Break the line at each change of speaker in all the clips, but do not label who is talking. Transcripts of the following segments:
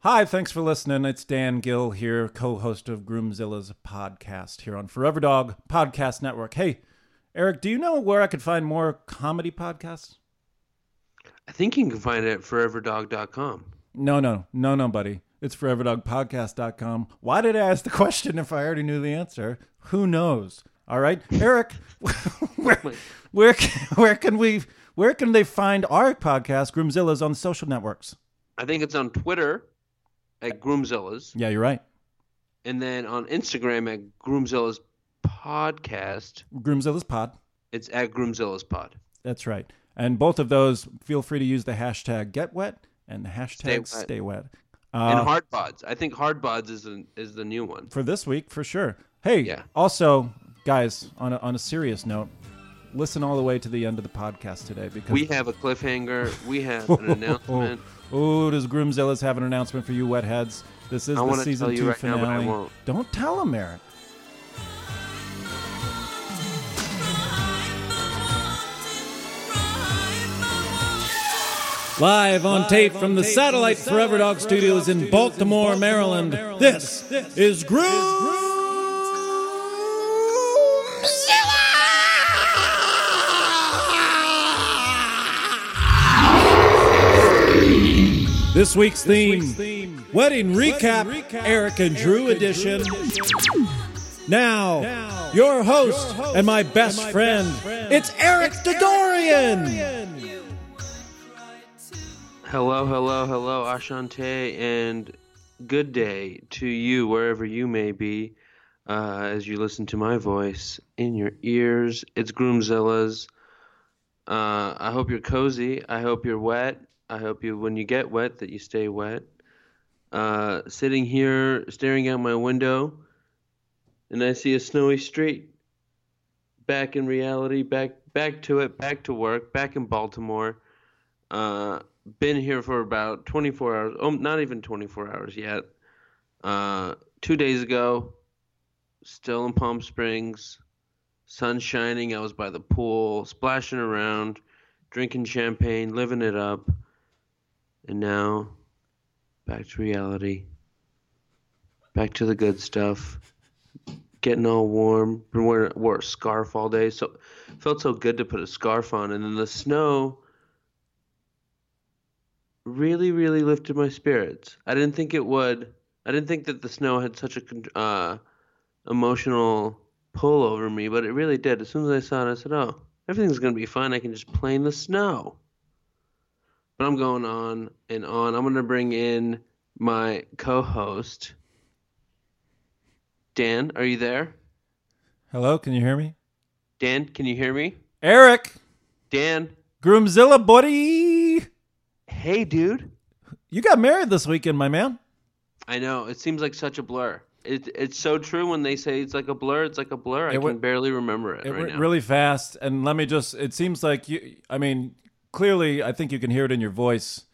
Hi, thanks for listening. It's Dan Gill here, co host of Groomzilla's podcast here on Forever Dog Podcast Network. Hey, Eric, do you know where I could find more comedy podcasts?
I think you can find it at foreverdog.com.
No, no, no, no, buddy. It's foreverdogpodcast.com. Why did I ask the question if I already knew the answer? Who knows? All right, Eric, where, where, can, where can we, where can they find our podcast, Groomzilla's, on social networks?
I think it's on Twitter at Groomzilla's
Yeah, you're right.
and then on Instagram at Groomzilla's Podcast.
Groomzilla's Pod.
It's at Groomzilla's Pod.
That's right. And both of those, feel free to use the hashtag get wet and the hashtag stay wet.
wet.
Uh.
and Hard Pods. I think Hard Pods is, an, is the new one.
for this week for sure. Hey,
Yeah.
also, guys, on a, on a serious note, listen all the way to the end of the podcast today because
We have a cliffhanger. We have an announcement.
Oh, does Groomzilla's have an announcement for you, wetheads? This is
I
the
wanna
season
tell you
two
right now,
finale.
but I won't.
Don't tell them, Eric. Live on tape from the Satellite Forever Dog Studios in Baltimore, Maryland. This, is Groomzilla! This week's theme, Wedding, recap, Eric and Drew edition. Now, your, host and my best, friend, it's Eric Dodorian.
Hello, hello, hello, Ashante, and good day to you, wherever you may be, uh, as you listen to my voice in your ears. It's Groomzilla's. Uh, I hope you're cozy. I hope you're wet. I hope you, when you get wet, that you stay wet. Uh, sitting here, staring out my window, and I see a snowy street. Back in reality, back back to it, back to work, back in Baltimore uh, been here for about 24 hours. Oh, not even 24 hours yet. Uh, two days ago, still in Palm Springs, sun shining. I was by the pool, splashing around, drinking champagne, living it up. And now, back to reality, back to the good stuff. Getting all warm. Been wearing wore a scarf all day, so felt so good to put a scarf on. And then the snow really, really lifted my spirits. I didn't think it would. I didn't think that the snow had such a con- uh, emotional pull over me, but it really did. As soon as I saw it, I said, "Oh, everything's gonna be fine. I can just play in the snow." But I'm going on and on. I'm gonna bring in my co-host, Dan. Are you there?
Hello, can you hear me?
Dan, can you hear me?
Eric,
Dan,
Groomzilla buddy.
hey, dude.
You got married this weekend, my man.
I know. It seems like such a blur. It, it's so true when they say it's like a blur. It's like a blur. I
It
can
went-
barely remember it,
It
right
went
now.
really fast and let me just it seems like you I mean, clearly I think you can hear it in your voice.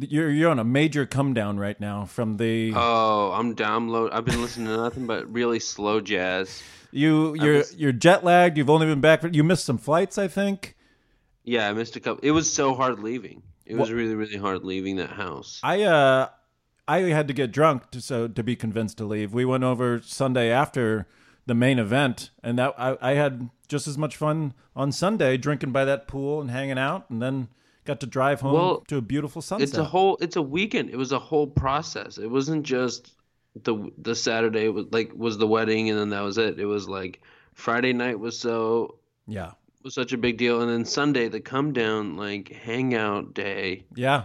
You're you're on a major come down right now from the
oh, I'm down low. I've been listening to nothing but really slow jazz.
you you're
was-
you're jet lagged, you've only been back for, you missed some flights, I think.
Yeah, I missed a couple. It was so hard leaving. It was really, really hard leaving that house.
I uh I had to get drunk to, so to be convinced to leave. We went over Sunday after the main event, and that I, I had just as much fun on Sunday drinking by that pool and hanging out, and then got to drive home
Well,
to a beautiful sunset.
it's a whole. It's a weekend. It was a whole process. It wasn't just the the Saturday was like was the wedding and then that was it. It was like Friday night was so
yeah,
was such a big deal and then Sunday the come down like hangout day.
yeah,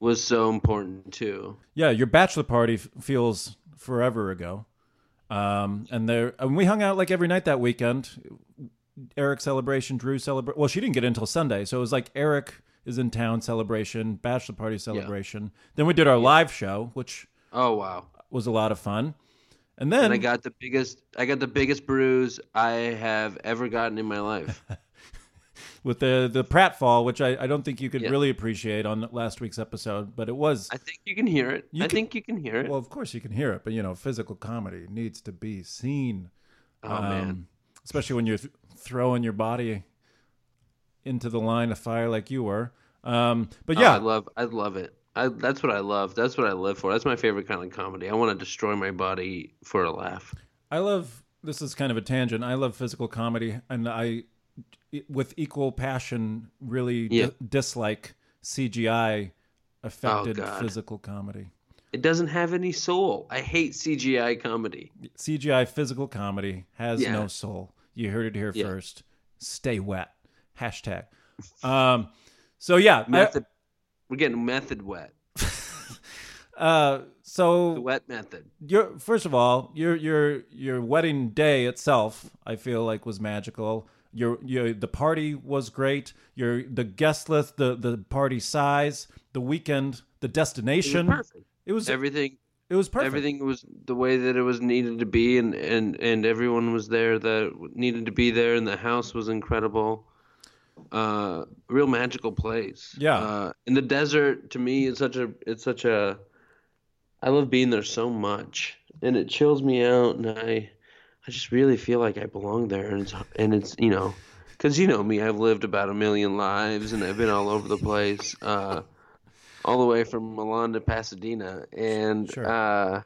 was so important too.
yeah. Your bachelor party f- feels forever ago, um, and there and we hung out like every night that weekend. Eric celebration, Drew celebration. Well, she didn't get in till Sunday, so it was like Eric. is in town celebration, bachelor party celebration. Then we did our live show, which
Oh wow.
was a lot of fun. And then
And I got the biggest I got the biggest bruise I have ever gotten in my life.
with the the pratfall, which I, I don't think you could
Yeah.
really appreciate on last week's episode, but it was
I think you can hear it.
You
I
can-
think you can hear it.
well, of course you can hear it, but you know, physical comedy needs to be seen, um,
oh man.
especially when you're th- throwing your body into the line of fire like you were. Um, but
Oh,
yeah,
I love I love it. I that's what I love. That's what I live for. That's my favorite kind of comedy. I want to destroy my body for a laugh.
I love this is kind of a tangent. I love physical comedy, and I, e, with equal passion, really di-
Yeah.
dislike CGI affected
Oh, God.
physical comedy.
It doesn't have any soul. I hate CGI comedy.
CGI physical comedy has
Yeah.
no soul. You heard it here
Yeah.
first. Stay wet. Hashtag. Um, so yeah, I-
Method. We're getting method wet.
uh,
The
so
wet method.
your first of all, your your your wedding day itself, I feel like was magical. Your your the party was great. Your the guest list, the the party size, the weekend, the destination.
Perfect.
It was it was
Everything
it was perfect.
everything was the way that it was needed to be and and and everyone was there that needed to be there and the house was incredible uh real magical place
Yeah.
uh and the desert to me is such a it's such a i love being there so much and it chills me out and i i just really feel like i belong there and it's and it's you know because you know me i've lived about a million lives and i've been all over the place uh all the way from Milan to Pasadena, and
Sure.
uh,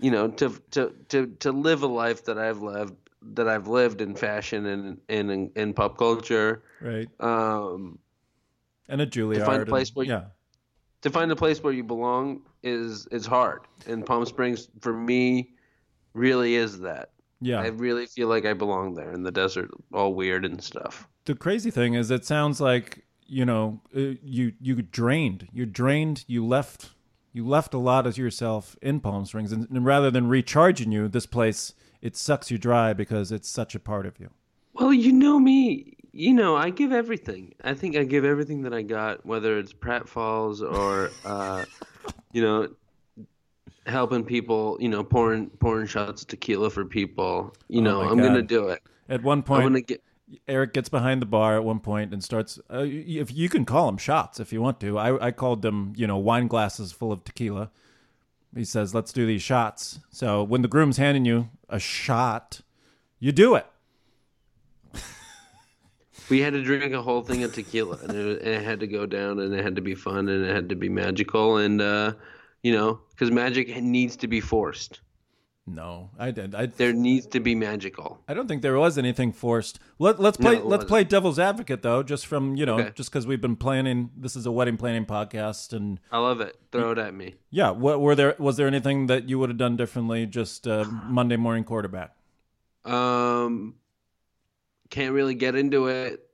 you know, to to to to live a life that I've lived, that I've lived in fashion and and in, in pop culture,
Right.
um,
And a Juilliard.
find a
and-
place where you-
yeah.
to find a place where you belong is is hard. And Palm Springs, for me, really is that.
Yeah.
I really feel like I belong there in the desert, all weird and stuff.
the crazy thing is it sounds like you know uh, you you drained you drained you left you left a lot of yourself in palm springs and, and rather than recharging you this place it sucks you dry because it's such a part of you
Well, you know me. You know, I give everything. I think I give everything that I got, whether it's pratfalls or, uh, you know, helping people. You know, pouring pouring shots of tequila for people. You know,
my
I'm gonna
God.
do it.
at one
I'm
point
gonna get.
eric gets behind the bar at one point and starts uh, y- if you can call them shots if you want to I, I called them you know wine glasses full of tequila he says let's do these shots so when the groom's handing you a shot you do it
We had to drink a whole thing of tequila, and it, and it had to go down, and it had to be fun, and it had to be magical, and uh, you know, because magic needs to be forced.
no i did i
There needs to be magical.
I don't think there was anything forced. Let, let's play. let's
it wasn't.
play devil's advocate though, just from you know,
Okay.
just because we've been planning. This is a wedding planning podcast, and
I love it. Throw it at me.
yeah, what were there? Was there anything that you would have done differently? Just uh, Monday morning quarterback.
Um, can't really get into it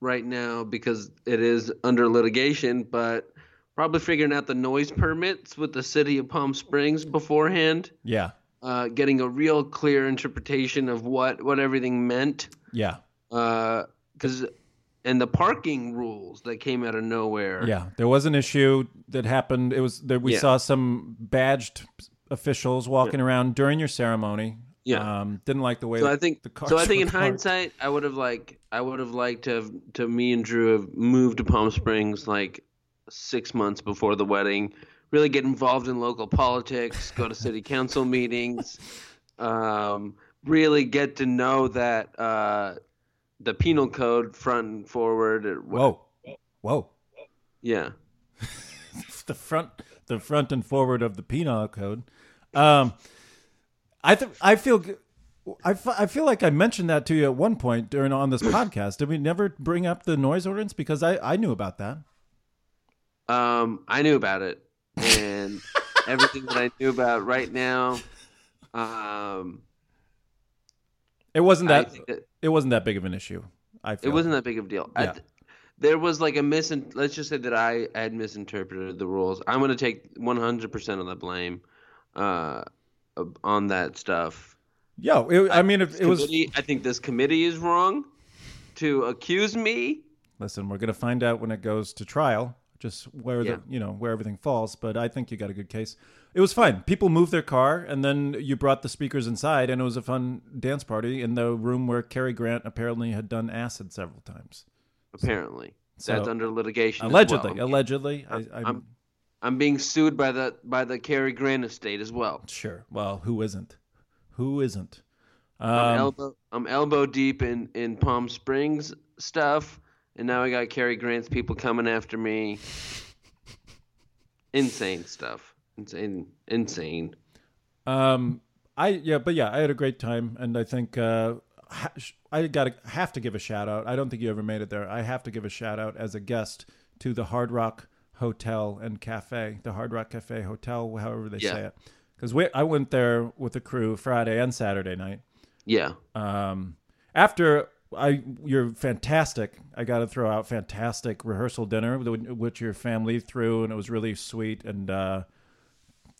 right now because it is under litigation, but probably figuring out the noise permits with the city of Palm Springs beforehand,
Yeah,
uh, getting a real clear interpretation of what what everything meant,
yeah,
because Uh, and the parking rules that came out of nowhere.
yeah. There was an issue that happened. It was that we
Yeah.
saw some badged officials walking around during your ceremony.
Yeah.
um, didn't like the way.
So
that
I think
the cars
so I think
were
in
parked.
hindsight I would have like I would have liked to have to me and Drew have moved to Palm Springs like six months before the wedding. Really get involved in local politics, go to city council meetings, um, really get to know that uh, the penal code front and forward. Or, wha-
Whoa, whoa.
Yeah.
the front the front and forward of the penal code. Um, I th- I feel g- I, f- I feel like I mentioned that to you at one point during on this podcast. Did we never bring up the noise ordinance because I I knew about that.
Um, I knew about it, and everything that I knew about right now. Um,
It wasn't
I
that
think that
it wasn't that big of an issue. I
It
feel.
wasn't that big of a deal. I
Yeah.
th- there was like a misin. Let's just say that I had misinterpreted the rules. I'm gonna take 100% of the blame uh, on that stuff.
Yeah, it, I mean, if, it was
Committee- I think this committee is wrong to accuse me
Listen, we're gonna find out when it goes to trial, just where
Yeah.
the you know where everything falls. But I think you got a good case. It was fun. People moved their car, and then you brought the speakers inside, and it was a fun dance party in the room where Cary Grant apparently had done acid several times.
Apparently,
So-
that's under litigation. as well.
Allegedly,
I'm-
allegedly. I,
I'm-
I'm,
I'm- I'm being sued by the by the Cary Grant estate as well.
sure. Well, who isn't? Who isn't?
I'm
Um,
elbow I'm elbow deep in in Palm Springs stuff, and now I got Cary Grant's people coming after me. Insane stuff. Insane. Insane.
Um, I yeah, but yeah, I had a great time, and I think uh, ha- sh- I got to have to give a shout out. I don't think you ever made it there. I have to give a shout out as a guest to the Hard Rock Hotel and Cafe, the Hard Rock Cafe Hotel, however they
Yeah.
say it, because we I went there with the crew Friday and Saturday night.
Yeah.
Um, after I, you're fantastic. I got to throw out fantastic rehearsal dinner, which your family threw, and it was really sweet and uh,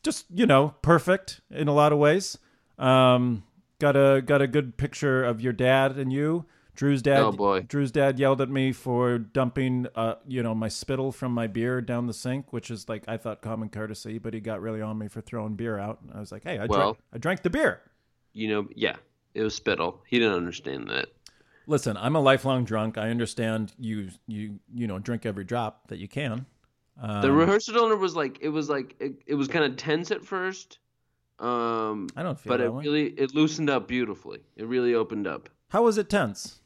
just you know perfect in a lot of ways. Um, got a got a good picture of your dad and you. Drew's dad.
Oh, boy.
Drew's dad yelled at me for dumping, uh, you know, my spittle from my beer down the sink, which is like I thought common courtesy, but he got really on me for throwing beer out. And I was like, hey, I
Well-
drank, I drank the beer.
You know. Yeah. It was spittle. He didn't understand that.
Listen, I'm a lifelong drunk. I understand you you you know drink every drop that you can. Um,
The rehearsal dinner was like it was like it, it was kind of tense at first. Um,
I don't feel
but
that
it
way.
really it loosened up beautifully. It really opened up.
How was it tense?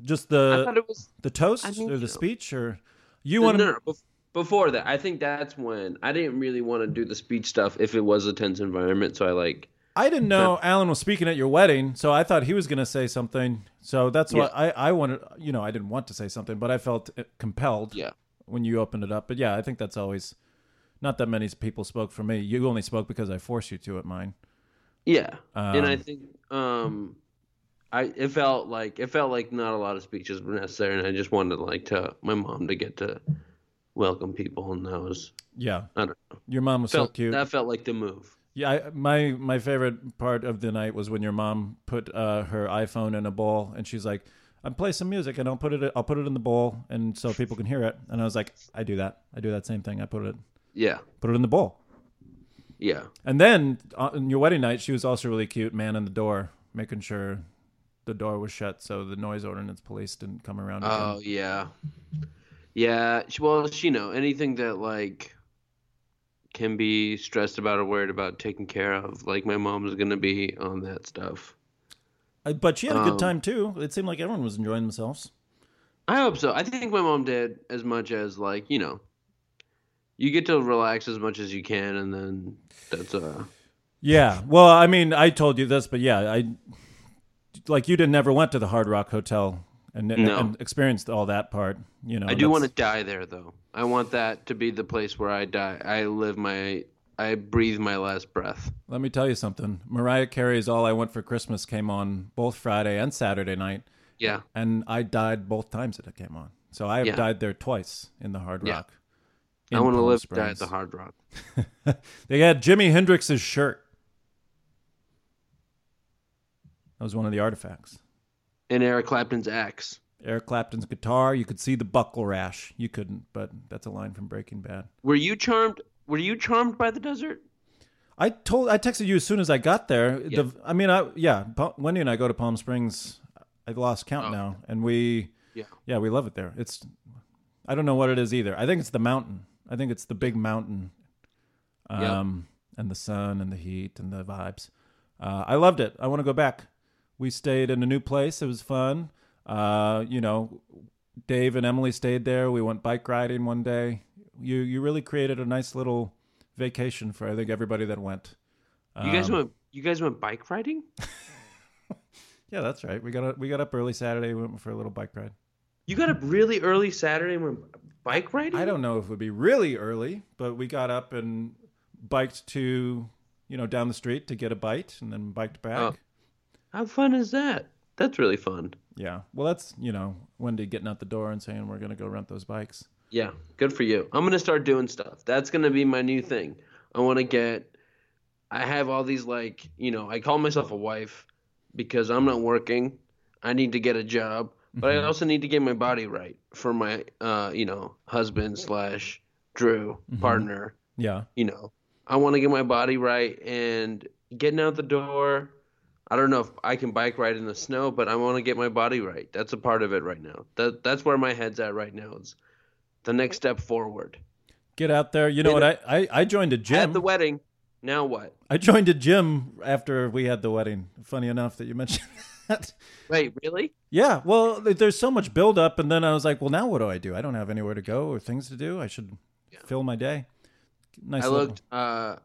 Just
I thought
the
it was
the toast
I mean,
or the
you-
speech or you
No,
want
no, no, bef- Before that, I think that's when I didn't really want to do the speech stuff if it was a tense environment. So I like,
I didn't know Alan was speaking at your wedding, so I thought he was going to say something. So that's why
Yeah.
I I wanted you know I didn't want to say something, but I felt uh, compelled
yeah,
when you opened it up. But yeah, I think that's always not that many people spoke for me. You only spoke because I forced you to at mine.
yeah. and I
Um,
think um, I it felt like it felt like not a lot of speeches were necessary, and I just wanted like to my mom to get to welcome people, and that was
Yeah,
I don't know.
your mom was so
Felt,
cute.
That felt like the move.
Yeah, I, my my favorite part of the night was when your mom put uh, her iPhone in a bowl, and she's like, "I'm play some music, and I'll put it I'll put it in the bowl, and so people can hear it." And I was like, "I do that. I do that same thing. I put it
Yeah,
put it in the bowl."
yeah.
And then on your wedding night, she was also really cute, man in the door, making sure the door was shut so the noise ordinance police didn't come around. Again.
Oh yeah, yeah. she- Well, she know anything that like can be stressed about or worried about, taken care of. Like my mom's gonna be on that stuff.
Uh, but she had a good
um,
time too. It seemed like everyone was enjoying themselves.
I hope so. I think my mom did as much as like you know. You get to relax as much as you can, and then that's
Oh,
uh.
Yeah. Well, I mean, I told you this, but yeah, I like you didn't ever went to the Hard Rock Hotel and,
No.
and experienced all that part. You know,
I do want to
that's-
die there though. I want that to be the place where I die. I live my, I breathe my last breath.
Let me tell you something. Mariah Carey's "All I Want for Christmas" came on both Friday and Saturday night,
Yeah,
and I died both times that it came on. So I have
Yeah.
died there twice in the Hard
Yeah.
Rock.
I
in
want to
Palm
live, to die at
Springs.
the Hard Rock.
They had Jimi Hendrix's shirt. That was one of the artifacts.
And Eric Clapton's axe.
Eric Clapton's guitar. You could see the buckle rash. You couldn't, but that's a line from Breaking Bad.
Were you charmed? Were you charmed by the desert?
I told I texted you as soon as I got there.
Yeah.
The, I mean, I yeah, Pa- Wendy and I go to Palm Springs. I've lost count
Oh.
now, and we
Yeah.
yeah we love it there. It's I don't know what it is either. I think it's the mountain. I think it's the big mountain,
Yeah.
um, and the sun and the heat and the vibes. Uh, I loved it. I want to go back. We stayed in a new place. It was fun. Uh, you know, Dave and Emily stayed there. We went bike riding one day. You you really created a nice little vacation for I think everybody that went.
You guys
Um,
went. You guys went bike riding.
Yeah, that's right. We got up, we got up early Saturday. We went for a little bike ride.
You got up really early Saturday and went bike riding.
I don't know if it would be really early, but we got up and biked to you know down the street to get a bite, and then biked back.
Oh. How fun is that? That's really fun.
Yeah. Well, that's you know Wendy getting out the door and saying we're gonna go rent those bikes.
Yeah, good for you. I'm gonna start doing stuff. That's gonna be my new thing. I want to get. I have all these like you know. I call myself a wife
Mm-hmm.
because I'm not working. I need to get a job, but I also need to get my body right. for my uh, you know husband slash Drew
Mm-hmm.
partner.
Yeah.
You know, I want to get my body right and getting out the door. I don't know if I can bike ride in the snow, but I want to get my body right. That's a part of it right now. That that's where my head's at right now. Is the next step forward.
Get out there. You know what? I, I, I joined a
At
gym.
the wedding, now what?
I joined a gym after we had the wedding. Funny enough that you mentioned that.
Wait, really?
Yeah, well, th- there's so much buildup, and then I was like, well, now what do I do? I don't have anywhere to go or things to do. I should fill my day. Nice.
I
little-
looked uh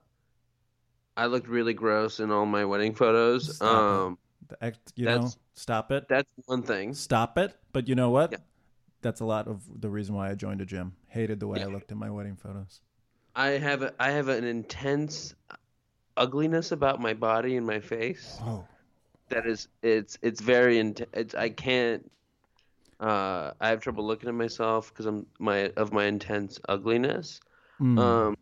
I looked really gross in all my wedding photos.
Stop it.
um
the act- you know,
that's-
stop it,
that's one thing.
stop it. But you know what?
Yeah.
That's a lot of the reason why I joined a gym. Hated the way I looked in my wedding photos.
I have a, I have an intense ugliness about my body and my face
Oh,
that is it's it's very intense. It's, I can't uh I have trouble looking at myself cuz I'm my of my intense ugliness. Um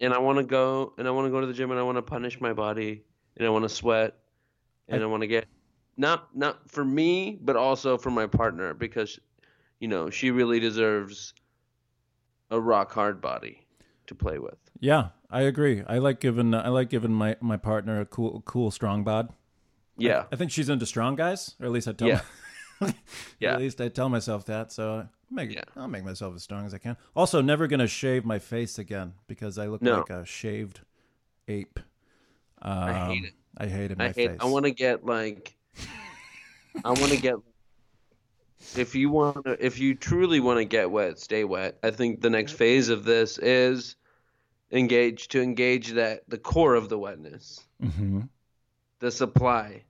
and I want to go and I want to go to the gym and I want to punish my body and I want to sweat and I, want to get not not for me but also for my partner because you know she really deserves a rock hard body to play with.
yeah, I agree. I like giving I like giving my my partner a cool cool strong bod.
Yeah,
I think she's into strong guys, or at least I tell.
Yeah. Yeah.
At least I tell myself that, so I make
Yeah.
I'll make myself as strong as I can. Also, never gonna shave my face again because I look
No.
like a shaved ape. Um, I
hate it.
I hated my
I hate.
face.
I want to get like. I want to get. If you want to, if you truly want to get wet, stay wet. I think the next phase of this is engage to engage that the core of the wetness,
hmm
the supply,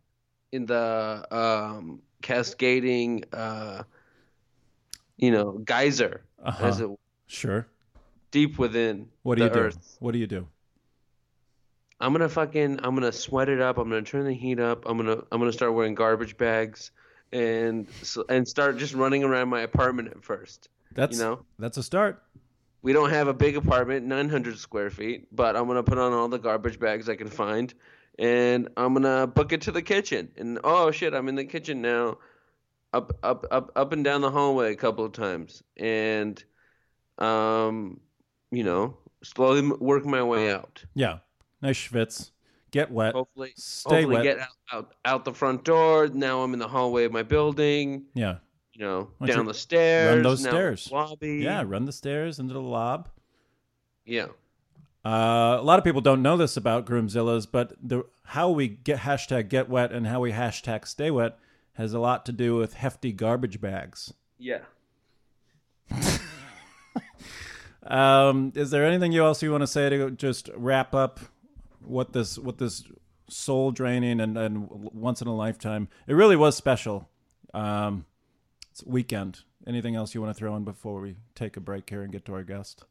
in the um, cascading, uh, you know, geyser
Uh-huh.
as it
Sure.
deep within
What do
the
you do?
earth.
What do you do?
I'm gonna fucking I'm gonna sweat it up. I'm gonna turn the heat up. I'm gonna I'm gonna start wearing garbage bags and s- and start just running around my apartment at first.
That's
know?
that's a start.
We don't have a big apartment, 900 square feet, but I'm gonna put on all the garbage bags I can find, and I'm gonna book it to the kitchen. And oh shit, I'm in the kitchen now, up up up up and down the hallway a couple of times, and um, you know, slowly m- work my way out.
Yeah. Nice schwitz. Get wet.
Hopefully,
Stay
hopefully
wet.
get out, out out the front door. Now I'm in the hallway of my building.
yeah.
You know,
Why don't
down
you
the stairs.
those
now
stairs?
Lobby.
Yeah. Run the stairs into the lob.
Yeah.
Uh, a lot of people don't know this about Groomzillas, but the how we get hashtag get wet and how we hashtag stay wet has a lot to do with hefty garbage bags.
Yeah.
Um, is there anything you else you want to say to just wrap up what this what this soul draining and, and once in a lifetime? It really was special. Um, it's weekend. Anything else you want to throw in before we take a break here and get to our guest?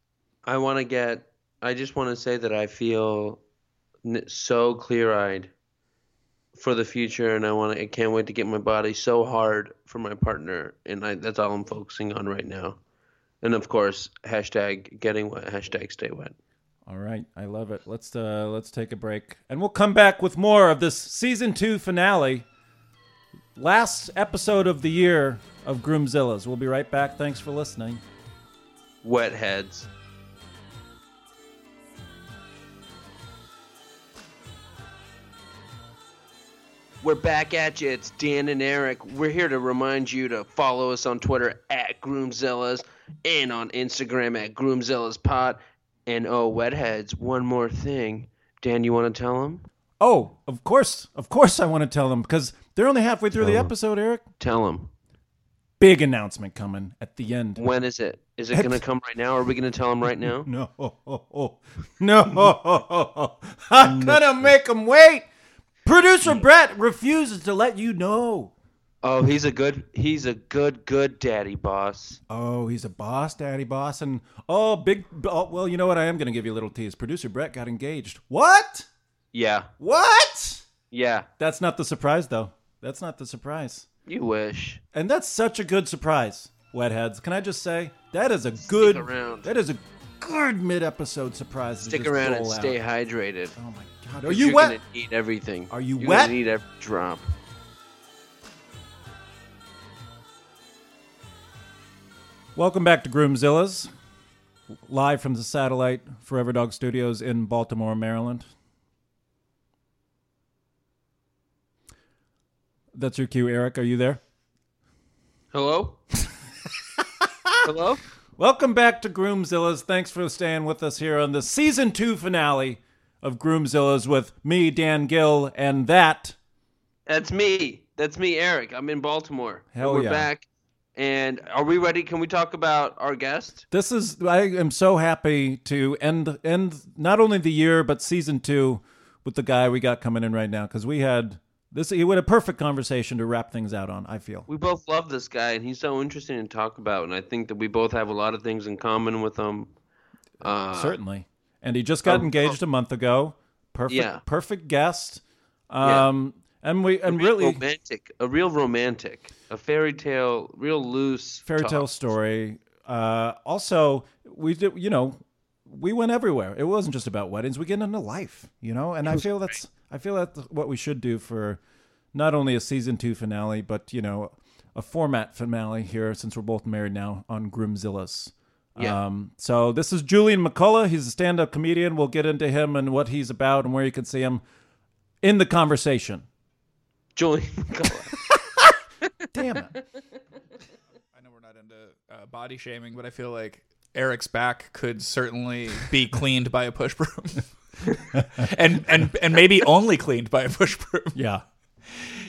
I want to get. I just want to say that I feel n- so clear-eyed for the future, and I want to. I can't wait to get my body so hard for my partner, and I, that's all I'm focusing on right now. And of course, hashtag getting wet. Hashtag stay wet.
All right, I love it. Let's uh, let's take a break, and we'll come back with more of this season two finale, last episode of the year of Groomzillas. We'll be right back. Thanks for listening.
Wet heads. We're back at you. It's Dan and Eric. We're here to remind you to follow us on Twitter at Groomzillas and on Instagram at GroomzillasPod. And oh, wetheads, one more thing. Dan, you want to tell them?
Oh, of course, of course, I want to tell them because they're only halfway through the episode. Eric,
Tell them.
big announcement coming at the end.
When is it? Is it going to come right now? Are we going to tell them right now?
No, oh, oh, oh. no, oh, oh, oh, oh. I'm gonna make them wait. Producer Brett refuses to let you know.
Oh, he's a good, he's a good, good daddy boss.
Oh, he's a boss, daddy boss, and oh, big. Oh, well, you know what? I am going to give you a little tease. Producer Brett got engaged. What?
Yeah,
What?
yeah.
That's not the surprise, though. That's not the surprise.
You wish.
And that's such a good surprise, wetheads. Can I just say that is a good.
around.
That is a good mid-episode surprise. to
Stick
just
around and
roll out.
stay hydrated.
Oh my god, are
'cause
you
you're
wet?
Gonna need everything.
Are you
You're
wet?
Gonna need every drop.
Welcome back to Groomzilla's, live from the satellite Forever Dog Studios in Baltimore, Maryland. That's your cue, Eric. Are you there?
Hello? Hello?
Welcome back to Groomzilla's. Thanks for staying with us here on the season two finale of Groomzilla's with me, Dan Gill, and that.
That's me. That's me, Eric. I'm in Baltimore.
Hell
We're
yeah.
back. And are we ready? Can we talk about our guest?
This is I am so happy to end end not only the year but season two with the guy we got coming in right now because we had this he had a perfect conversation to wrap things out on. I feel
We both love this guy, and he's so interesting to talk about. And I think that we both have a lot of things in common with him. Uh,
certainly, and he just got
oh,
engaged a month ago. Perfect,
Yeah.
perfect guest.
Yeah.
Um, and we and
real
really
romantic, a real romantic, a fairy tale, real loose
fairy tale
talk.
story. Uh, also, we did you know we went everywhere. It wasn't just about weddings. We get into life, you know. And I feel that's I feel that's what we should do for not only a season two finale, but you know, a format finale here since we're both married now on Groomzilla's.
Yeah.
Um, so this is Julian McCullough. He's a stand-up comedian. We'll get into him and what he's about and where you can see him in the conversation.
Julian McCullough.
Damn it.
I know we're not into uh, body shaming, but I feel like Eric's back could certainly be cleaned by a push broom, and and and maybe only cleaned by a push broom.
Yeah.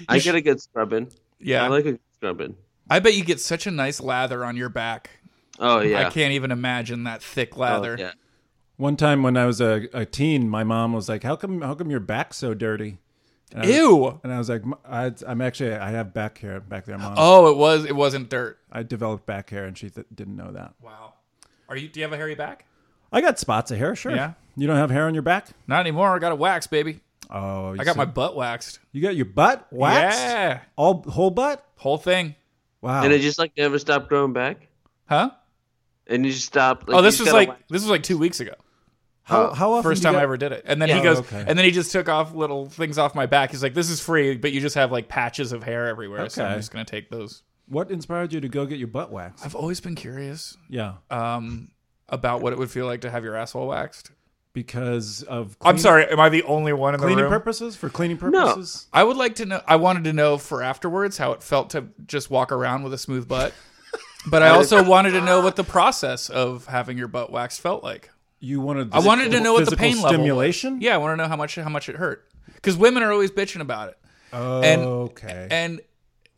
I get a good scrubbing.
Yeah,
I like a good scrubbing.
I bet you get such a nice lather on your back.
Oh yeah.
I can't even imagine that thick
Oh,
lather.
yeah.
One time when I was a, a teen, my mom was like, "How come how come your back's so dirty?" And I was-
Ew.
and I was like, "M- I, am actually I have back hair back there, mom.
Oh, it was. It wasn't dirt.
I developed back hair, and she th- didn't know that.
Wow. Are you? Do you have a hairy back?
I got spots of hair, sure.
Yeah.
You don't have hair on your back?
Not anymore. I got it waxed, baby.
Oh,
I got my butt waxed.
You got your butt waxed?
Yeah,
All whole butt?
whole thing.
Wow.
Oh.
And it just like never stopped growing back.
Huh?
And you just stopped. Like,
oh,
you
this
just
was
gotta
like
wax-
this was like two weeks ago.
how how often
First
do you
time I
got-
ever did it. And then he
Yeah.
goes,
Oh, okay.
and then he just took off little things off my back. He's like, "This is free, but you just have like patches of hair everywhere, so I'm
Okay.
just gonna take those."
What inspired you to go get your butt waxed?
I've always been curious
yeah,
um, about what it would feel like to have your asshole waxed.
because of
I'm
clean-
sorry, am I the only one in the
cleaning
room?
purposes for cleaning purposes.
I would like to know. I wanted to know for afterwards how it felt to just walk around with a smooth butt, but I also wanted to know what the process of having your butt waxed felt like.
You wanted
I wanted to know what the
physical
pain level was.
stimulation.
Yeah, I want to know how much how much it hurt because women are always bitching about it.
Oh. okay.
and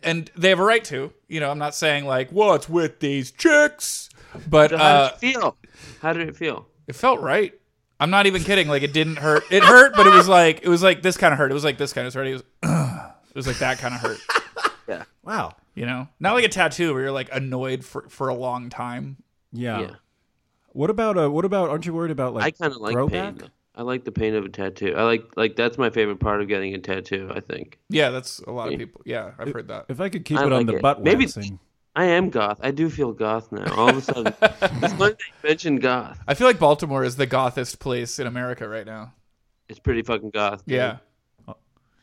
and they have a right to. You know, I'm not saying like what's with these chicks, but
So how
uh,
did it feel? How did it feel?
it felt right. I'm not even kidding. Like it didn't hurt. It hurt, but it was like it was like this kind of hurt. It was like this kind of hurt. It was it was like that kind of hurt.
wow.
You know, not like a tattoo where you're like annoyed for for a long time.
Yeah.
Yeah.
What about uh, what about? Aren't you worried about like?
I kind of like pain.
throwback?
though. I like the pain of a tattoo. I like like that's my favorite part of getting a tattoo. I think
Yeah, that's a lot of people. Yeah, I've heard that.
If I could keep
I
it on
like
the
it.
butt
Maybe-
waxing,
I am goth. I do feel goth now. All of a sudden, it's funny that you mentioned goth.
I feel like Baltimore is the gothest place in America right now.
It's pretty fucking goth. dude.
Yeah.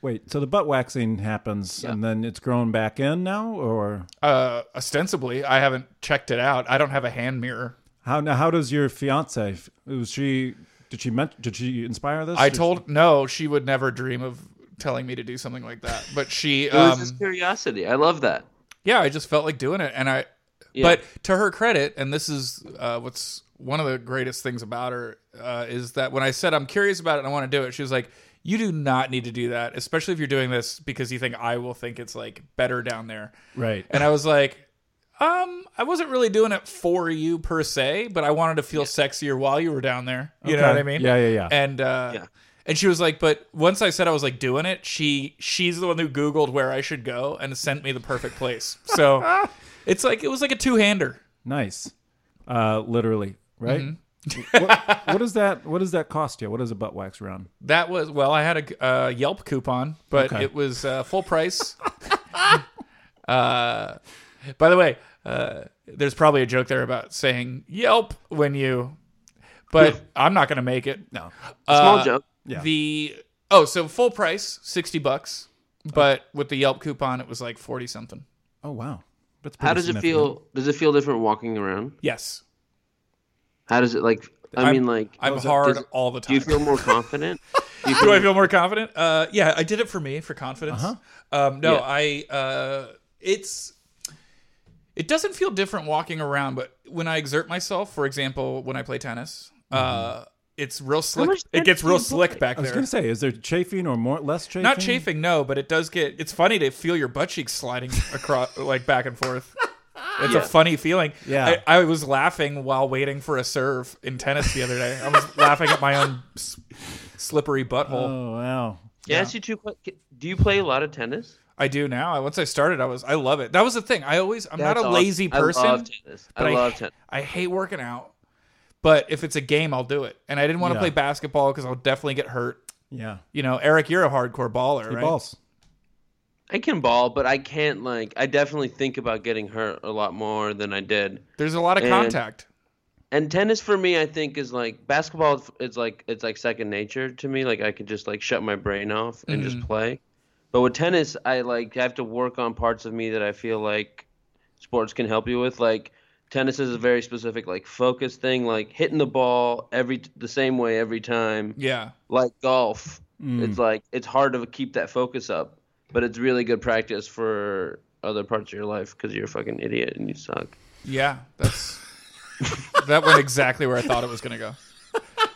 wait. So the butt waxing happens, and then it's grown back in now, or
Uh, ostensibly, I haven't checked it out. I don't have a hand mirror.
how? Now, how does your fiance? Was she? Did she meant? Did she inspire this?
I
Did-
told no, she would never dream of telling me to do something like that. But she,
It was
um,
just curiosity. I love that.
yeah, I just felt like doing it, and I.
Yeah.
But to her credit, and this is uh, what's one of the greatest things about her uh, is that when I said I'm curious about it and I want to do it, she was like, "You do not need to do that, especially if you're doing this because you think I will think it's like better down there."
Right.
And I was like, um, I wasn't really doing it for you per se, but I wanted to feel sexier while you were down there. You know
Okay.
what I mean?
Yeah, yeah, yeah.
And uh,
Yeah.
and she was like, but once I said I was like doing it, she she's the one who Googled where I should go and sent me the perfect place. So it's like it was like a two hander.
Nice. Uh, literally. Right.
Mm-hmm.
what, what does that? What does that cost you? What does a butt wax round?
That was well, I had a uh, Yelp coupon, but
Okay.
it was uh, full price. uh, by the way, uh, there's probably a joke there about saying Yelp when you, but I'm not gonna make it.
No.
Small
Uh,
joke.
Yeah.
The oh, so full price, sixty bucks, but with the Yelp coupon, it was like forty something.
Oh wow. That's
How
pretty
does it
significant.
feel? Does it feel different walking around?
Yes.
How does it like? I
I'm-
mean, like,
I'm
does-
hard
does-
all the time.
Do you feel more confident? Do you
Do I feel more confident? Uh, yeah, I did it for me for confidence.
Uh-huh.
Um, no,
Yeah.
I. Uh, it's. It doesn't feel different walking around, but when I exert myself, for example, when I play tennis, uh, it's real slick.
much
It
tennis
gets
do
real
you
slick back
Mm-hmm. I was
there.
gonna say, is there chafing or more less chafing?
Not chafing, no, but it does get. It's funny to feel your butt cheeks sliding across, like back and forth. It's a
Yeah.
funny feeling.
Yeah.
I, I was laughing while waiting for a serve in tennis the other day. I was laughing at my own s- slippery butthole.
Oh wow.
Can I ask you two? que- Do you play a lot of tennis?
I do now. Once I started, I was I love it. That was the thing. I always I'm not
That's
a
awesome.
lazy person.
I love tennis.
but
I love tennis.
I hate working out. But if it's a game, I'll do it. And I didn't want to
Yeah.
play basketball because I'll definitely get hurt.
Yeah.
You know, Eric, you're a hardcore baller,
Your
right?
balls.
I can ball, but I can't like. I definitely think about getting hurt a lot more than I did.
There's a lot of
And-
contact.
And tennis for me, I think is like basketball. It's like it's like second nature to me. Like I could just like shut my brain off and just play. But with tennis, I like have to work on parts of me that I feel like sports can help you with. Like tennis is a very specific like focus thing. Like hitting the ball every the same way every time.
Yeah.
Like golf, it's like it's hard to keep that focus up. But it's really good practice for other parts of your life because you're a fucking idiot and you suck.
Yeah. That's that went exactly where I thought it was gonna go.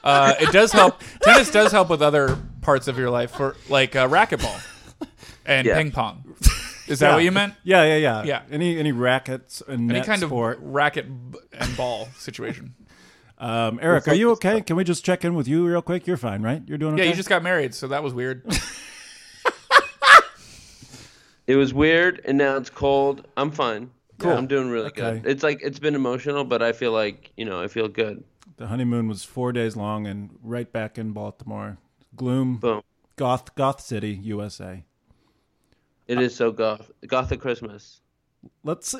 Uh, it does help. Tennis does help with other parts of your life, for like uh, racquetball and
Yeah.
ping pong. Is that what you meant?
Yeah, yeah, yeah.
Yeah.
Any any rackets and
Any kind
sport.
of racket b- and ball situation.
Um, Eric, are you okay? Can we just check in with you real quick? You're fine, right? You're doing okay.
Yeah, you just got married, so that was weird.
It was weird, and now it's cold. I'm fine. Cool. I'm doing really
Okay.
good. It's like it's been emotional, but I feel like you know I feel good.
the honeymoon was four days long and right back in Baltimore. Gloom,
Boom.
goth, goth city, USA.
It is so goth. Gothic Christmas.
Let's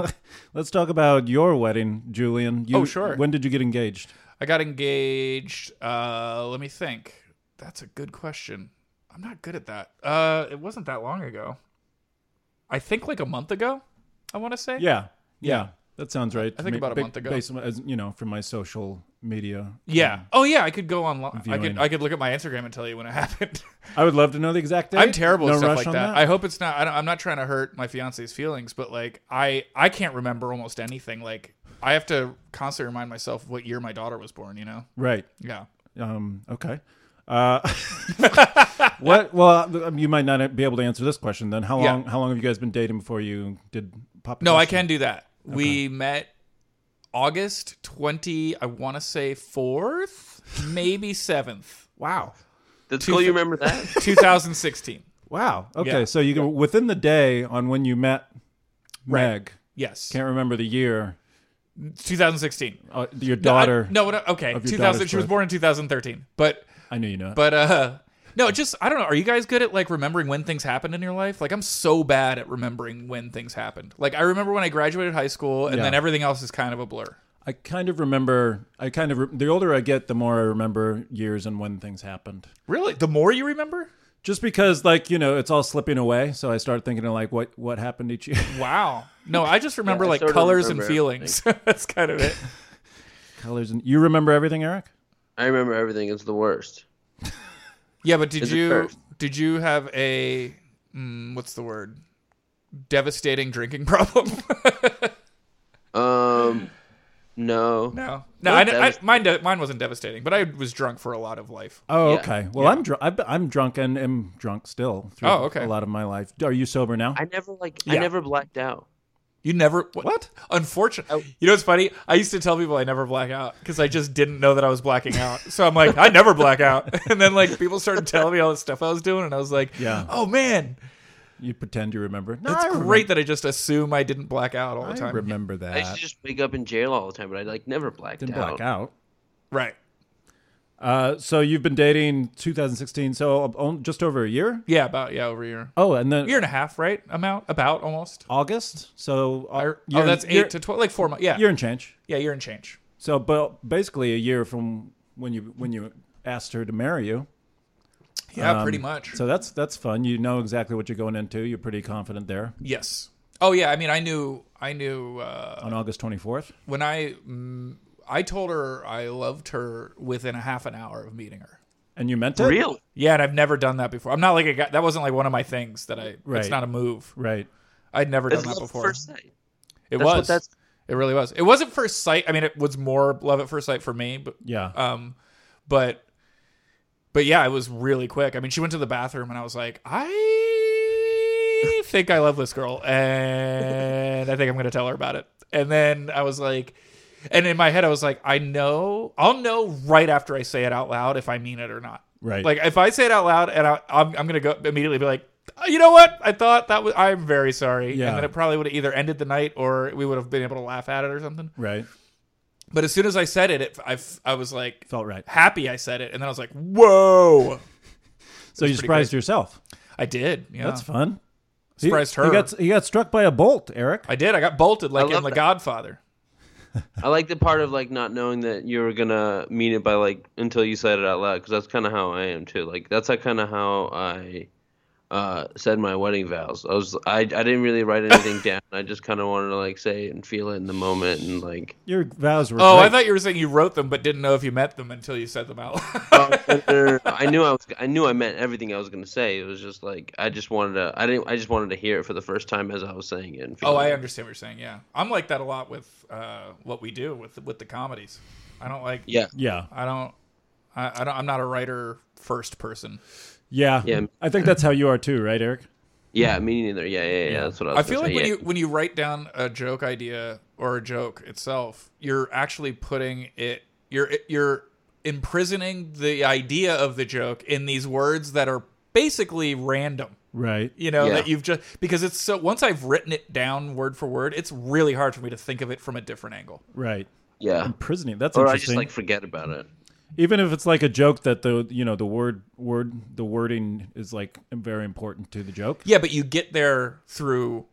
let's talk about your wedding, Julian. You,
Oh, sure.
When did you get engaged?
I got engaged. Uh, let me think. That's a good question. I'm not good at that. Uh, it wasn't that long ago. I think like a month ago. I want to say.
Yeah, yeah, that sounds right. I
think about a month ago.
based on, as, you know, from my social media.
Yeah. Oh yeah. I could go online. I
Viewing.
could. I could look at my Instagram and tell you when it happened.
I would love to know the exact date.
I'm terrible
No
at stuff
rush
like
on
that. I hope it's not. I don't, I'm not trying to hurt my fiance's feelings, but like I, I can't remember almost anything. Like I have to constantly remind myself what year my daughter was born. You know.
right.
Yeah.
Um, okay. Uh, what? Well, um, you might not be able to answer this question. Then, how
Yeah.
long? How long have you guys been dating before you did pop?
No, I can do that. We met August 20, I want to say 4th, maybe 7th. Wow.
That's cool. You remember that?
2016.
Wow. Okay.
Yeah.
So you can within the day on when you met Meg.
Yes.
Can't remember the year.
2016.
Uh, your daughter.
I- no, what- okay.
of your
2000
daughter's
she was
birth.
born in 2013. But
I knew you know. it.
but uh no, it just I don't know. Are you guys good at like remembering when things happened in your life? Like I'm so bad at remembering when things happened. Like I remember when I graduated high school and
Yeah.
then everything else is kind of a blur.
I kind of remember. I kind of re- the older I get, the more I remember years and when things happened.
Really? The more you remember?
Just because, like you know, it's all slipping away. So I start thinking of like what what happened each year.
Wow. No, I just remember
I
like
sort of
colors and
remember
feelings. That's kind of it.
Colors and you remember everything, Eric.
I remember everything. It's the worst.
Yeah, but did
is a
you
curse.
did you have a mm, what's the word? Devastating drinking problem.
Um, no.
no, no, I, I,
devast-
mine de- mine wasn't devastating, but I was drunk for a lot of life.
Oh,
Yeah.
okay. Well, I'm drunk. I'm drunk and am drunk still. Through
Oh, okay.
A lot of my life. Are you sober now?
I never like. I
Yeah.
never blacked out.
You never what?
Oh.
Unfortunately, you know what's funny? I used to tell people I never black out because I just didn't know that I was blacking out. So I'm like, I never black out, and then like people started telling me all the stuff I was doing, and I was like,
Yeah.
oh man,
you pretend you remember. No,
it's
I remember-
great that I just assume I didn't black out all the
I
time.
remember that.
I used to just wake up in jail all the time, but I like never blacked
Didn't
out.
black out.
right?
Uh, so you've been dating 2016, so on- just over a year.
Yeah, about yeah, over a year.
Oh, and then
year and a half, right? Amount about almost.
August. So uh,
Oh,
year-
that's eight
year-
to twelve, like four months. Yeah,
year and change.
yeah, year and change.
So, but basically a year from when you when you asked her to marry you.
Yeah,
Um,
pretty much.
So that's that's fun. You know exactly what you're going into. You're pretty confident there.
yes, Oh yeah, I mean, I knew, I knew uh,
on August 24th.
when I, mm, I told her I loved her within a half an hour of meeting her.
And you meant it?
Really?
Yeah, and I've never done that before. I'm not like a guy. That wasn't like one of my things that I.
Right.
It's not a move.
Right.
I'd never
That's
done that
love at
before.
first sight.
it
that's
was.
what that's-
It really was. It wasn't first sight. I mean, it was more love at first sight for me. But
Yeah.
um, but but yeah, it was really quick. I mean, she went to the bathroom, and I was like, I think I love this girl, and I think I'm gonna tell her about it. And then I was like. And in my head, I was like, I know, I'll know right after I say it out loud if I mean it or not.
right.
Like if I say it out loud and I, I'm, I'm gonna go immediately be like, "Uh, you know what? I thought that was. I'm very sorry.
Yeah.
And then it probably would have either ended the night or we would have been able to laugh at it or something.
right.
But as soon as I said it, it I, f- I was like
Felt right.
happy I said it, and then I was like, whoa,
So you
pretty
surprised
great.
yourself.
I did. Yeah,
That's fun. He-
Surprised her.
He got, he got struck by a bolt, Eric.
I did. I got bolted like
I
in
love
The
that.
Godfather.
I like the part of like not knowing that you were gonna mean it by like until you said it out loud because that's kind of how I am too. Like that's like kind of how I uh, said my wedding vows. I was I I didn't really write anything down. I just kind of wanted to like say it and feel it in the moment and like
Your vows were
Oh, I
great.
thought you were saying you wrote them but didn't know if you met them until you said them out. loud.
Oh, no, no, no, no. I knew I was. I knew I meant everything I was gonna say. It was just like I just wanted to. I didn't. I just wanted to hear it for the first time as I was saying it. And
oh,
feeling
I
it.
understand what you're saying. Yeah, I'm like that a lot with uh, what we do with with the comedies. I don't like
Yeah.
yeah.
I don't. I, I don't. I'm not a writer first person.
yeah.
Yeah.
I think that's how you are too, right, Eric?
Yeah. Me neither. Yeah. Yeah. Yeah. That's what I was.
I feel
gonna say,
like when
yeah.
you when you write down a joke idea or a joke itself, you're actually putting it. You're you're imprisoning the idea of the joke in these words that are basically random.
Right.
You know
Yeah.
that you've just because it's so. Once I've written it down word for word, it's really hard for me to think of it from a different angle.
Right.
Yeah.
Imprisoning. That's
Or I
interesting.
just like forget about it.
Even if it's like a joke that the you know the word word the wording is like very important to the joke.
Yeah, but you get there through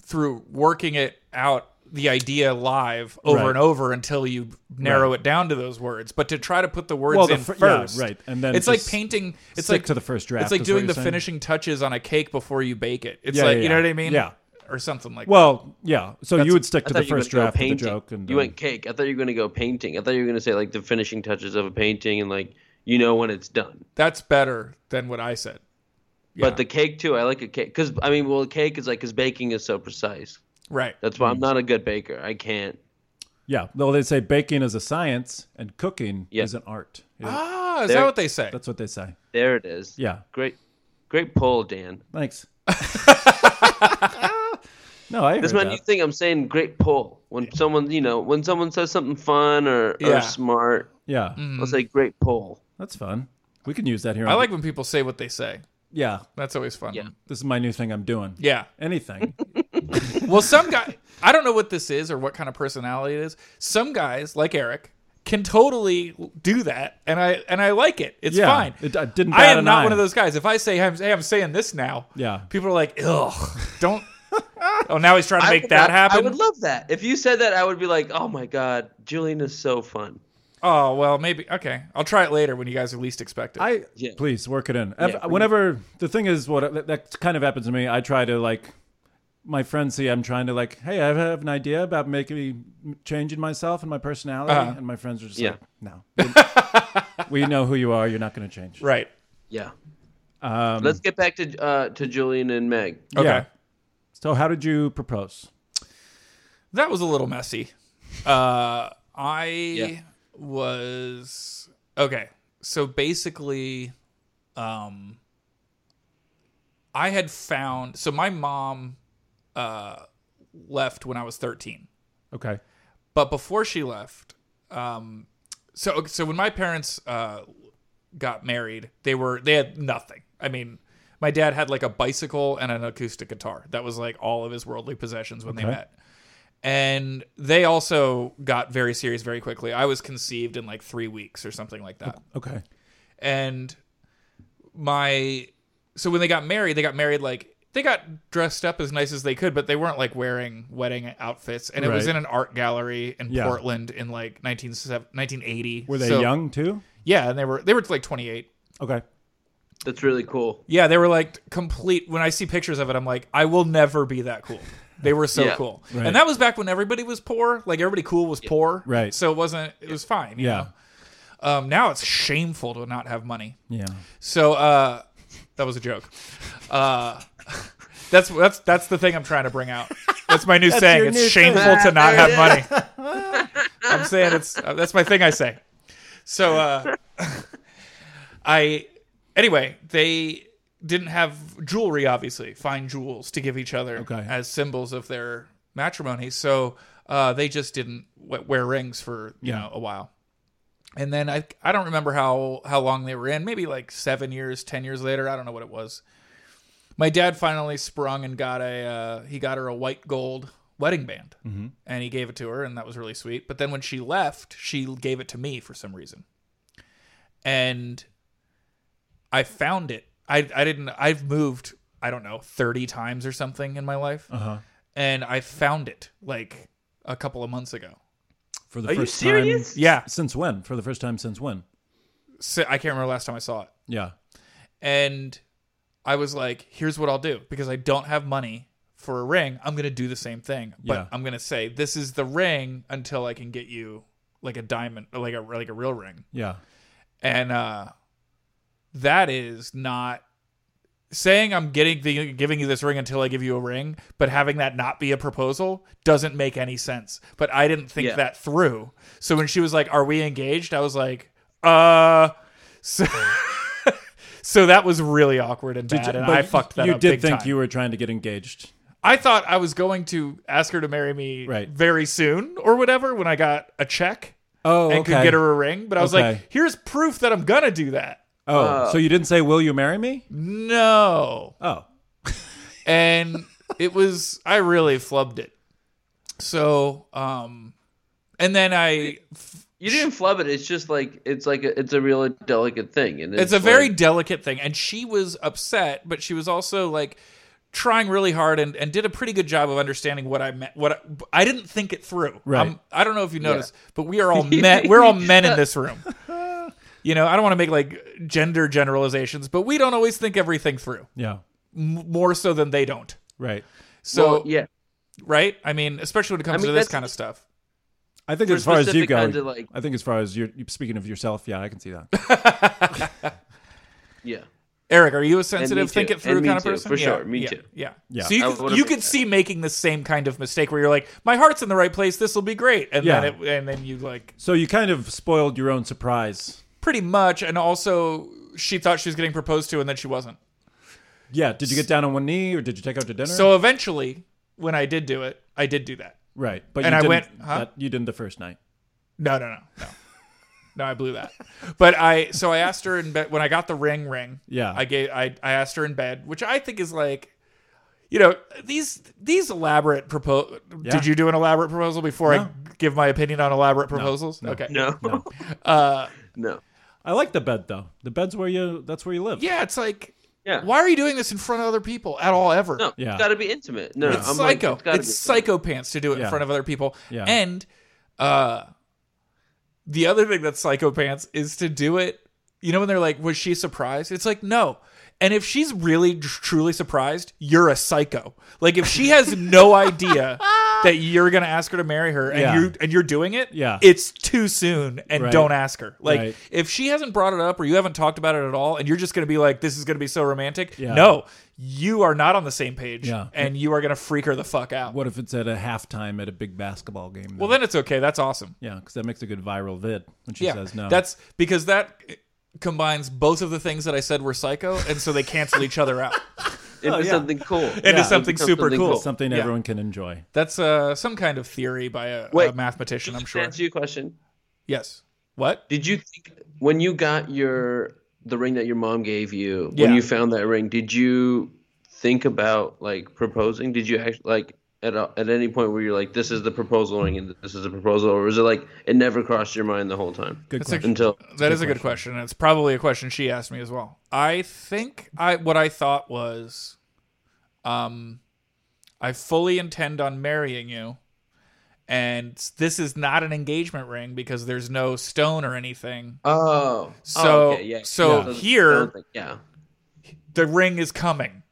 through working it out the idea live over
Right.
and over until you narrow it down to those words. But to try to put the words
Well, the
in
fir- yeah,
first,
right, and then
it's
just
like painting. It's
stick
like
to the first draft,
It's
is
like
what
doing
you're
the
saying?
finishing touches on a cake before you bake it. It's
Yeah,
like
yeah,
you know
yeah.
what I mean?
Yeah.
or something like.
Well, yeah. So you would stick to
I
the
thought you were
first
gonna go
draft of the
painting.
joke, and
you
then-
went cake. I thought you were gonna go painting. I thought you were gonna say like the finishing touches of a painting and like you know when it's done.
that. that's better than what I said. Yeah.
But the cake too. I like a cake because I mean, well, cake is like because baking is so precise.
Right.
That's why I'm
Mm.
not a good baker. I can't.
yeah. Though they say baking is a science and cooking
Yeah.
is an art.
Ah, is that
There-
what they say?
That's what they say.
There it is.
Yeah.
Great, great poll, Dan.
Thanks. no, I heard
That's my new
that.
thing. I'm saying great poll. When someone, you know, when someone says something fun or,
Yeah.
or smart,
Yeah,
I'll say great poll.
that's fun. We can use that here.
Mm-hmm. I
on-
like when people say what they say.
Yeah,
That's always fun.
Yeah.
this is my new thing I'm doing.
Yeah.
Anything.
Well, some guy, I don't know what this is or what kind of personality it is. Some guys, like Eric, can totally do that, and I and I like it. It's
Yeah,
fine.
it- I didn't
I
bat
am
an
not
eye.
one of those guys. If I say, "Hey, I'm, hey, I'm saying this now,"
Yeah.
people are like, "Ugh, don't." oh, now he's trying to
I
make
would love-
that happen.
I would love that. If you said that, I would be like, oh my god, Julian is so fun.
oh well, maybe okay. I'll try it later when you guys are least expected.
I
Yeah.
please work it in. Ev- Whenever the thing is, what that, that kind of happens to me. I try to like my friends see I'm trying to like, hey, I have an idea about making me changing myself and my personality,
Uh-huh.
and my friends are just
Yeah.
like, no, we know who you are. You're not going to change.
right.
Yeah.
Um,
Let's get back to uh, to Julian and Meg.
Okay.
Yeah. So how did you propose?
that was a little messy. Uh, I
Yeah.
was okay. So basically, um, I had found. So my mom uh, left when I was thirteen,
Okay.
but before she left, um, so so when my parents uh, got married, they were they had nothing. I mean. My dad had like a bicycle and an acoustic guitar. That was like all of his worldly possessions when they
Okay.
met and they also got very serious very quickly. I was conceived in like three weeks or something like that.
Okay.
And my so when they got married, they got married like they got dressed up as nice as they could, but they weren't like wearing wedding outfits. And it was
Right.
in an art gallery in
Yeah.
Portland in like 19, 1980.
Were they
So-
young too?
Yeah, and they were they were like twenty eight.
Okay.
That's really cool.
Yeah, they were like complete. When I see pictures of it, I'm like, I will never be that cool. They were so
Yeah.
cool,
Right.
and that was back when everybody was poor. Like everybody cool was poor,
Right.
So it wasn't. It was fine. you
Yeah.
know? Um, now it's shameful to not have money.
Yeah.
So uh, that was a joke. Uh, that's that's that's the thing I'm trying to bring out. That's my new saying.
your
It's
new
shameful
thing.
to not
There
have
it
money. I'm saying it's uh, that's my thing. I say. So uh, I anyway they didn't have jewelry obviously fine jewels to give each other
Okay.
as symbols of their matrimony so uh, they just didn't we- wear rings for you
Yeah.
know a while and then I I don't remember how how long they were in. Maybe like seven years, ten years later. I don't know what it was. My dad finally sprung and got a uh, he got her a white gold wedding band,
Mm-hmm.
and he gave it to her, and that was really sweet. But then when she left, she gave it to me for some reason, and I found it. I I didn't. I've moved. I don't know thirty times or something in my life,
Uh-huh.
and I found it like a couple of months ago.
For the
Are you
first
serious?
time
Yeah,
since when? For the first time since when?
so I can't remember last time I saw it.
Yeah.
and I was like, here's what I'll do because I don't have money for a ring. I'm going to do the same thing, but
Yeah.
I'm going to say this is the ring until I can get you like a diamond or like a like a real ring.
Yeah.
And uh that is not saying I'm getting the, giving you this ring until I give you a ring, but having that not be a proposal doesn't make any sense. But I didn't think
Yeah.
that through. So when she was like, "Are we engaged?" I was like, "Uh." So, so that was really awkward and bad,
you-
and
but
I fucked that
You
up.
did
big
think
time.
you were trying to get engaged.
I thought I was going to ask her to marry me
Right.
very soon or whatever when I got a check
Oh,
and could get her a ring. But I was
Okay.
like, "Here's proof that I'm gonna do that."
Oh, so you didn't say, "Will you marry me?"
No.
Oh,
And it was I really flubbed it. So, um and then I
You didn't flub it. It's just like it's like a, it's a really delicate thing, and
it's a very
like-
delicate thing and she was upset, but she was also like trying really hard and, and did a pretty good job of understanding what I meant what I, I didn't think it through.
Right.
I'm, I don't know if you noticed, but we are all men we're all men in this room. You know, I don't want to make like gender generalizations, but we don't always think everything through.
yeah,
M- more so than they don't.
right.
So
well, yeah.
right? I mean, especially when it comes
mean,
to this
that's-
kind of stuff.
I think
For
as far as you
specific
go,
kinds of, like-
I think as far as you're speaking of yourself, yeah, I can see that.
Yeah.
Eric, are you a sensitive,
too.
think it through
And me
kind of
too,
person?
for
yeah,
sure. Me
yeah,
too.
Yeah,
Yeah.
So you
I
could,
would've
you
been
could see making the same kind of mistake where you're like, my heart's in the right place. This will be great, and then it, and then you like
So you kind of spoiled your own surprise.
pretty much, and also she thought she was getting proposed to, and then she wasn't.
Yeah. Did you get down on one knee, or did you take out to dinner?
So eventually, when I did do it, I did do that.
right, but
and
you
I
didn't,
went, huh?
that- you didn't the first night.
No, no, no, no. No, I blew that. But I so I asked her in bed when I got the ring ring.
Yeah.
I gave I I asked her in bed, which I think is like you know, these these elaborate propos
Yeah.
Did you do an elaborate proposal before I
No.
give my opinion on elaborate proposals? Okay.
No.
No.
Uh
No.
I like the bed though. The bed's where you. That's where you live.
yeah, it's like
Yeah.
why are you doing this in front of other people at all ever?
No.
Yeah.
It's got to be intimate. No.
It's
I'm like,
psycho.
it's gotta
it's
be
psycho pants to do it in
Yeah.
front of other people.
Yeah.
And uh the other thing that's psycho pants is to do it. You know when they're like, "Was she surprised?" It's like, "No." And if she's really tr- truly surprised, you're a psycho. Like if she has no idea that you're going to ask her to marry her and
Yeah.
you and you're doing it,
Yeah.
it's too soon and
Right.
don't ask her. Like
Right.
if she hasn't brought it up or you haven't talked about it at all and you're just going to be like, "This is going to be so romantic."
Yeah.
No. You are not on the same page
Yeah.
and you are gonna freak her the fuck out.
What if it's at a halftime at a big basketball game?
Well, then it's okay. That's awesome.
yeah, because that makes a good viral vid when she
Yeah,
says no.
that's because that combines both of the things that I said were psycho, and so they cancel each other out Oh,
Into
yeah.
something cool.
into
Yeah.
something
Into
super
something
cool.
something
Yeah.
everyone can enjoy.
That's uh, some kind of theory by a,
Wait.
a mathematician, I'm
Just
sure.
Answer your question.
Yes. What?
Did you think when you got your the ring that your mom gave you
Yeah.
when you found that ring? Did you think about like proposing? Did you actually like at a, at any point where you're like, this is the proposal ring and this is the proposal, or was it like it never crossed your mind the whole time
Good
That's
question.
until
That is a good question. and It's probably a question she asked me as well. I think I what I thought was, um, I fully intend on marrying you, and this is not an engagement ring because there's no stone or anything.
oh
So-
oh, okay, yeah
so
yeah.
here-
yeah
the ring is coming.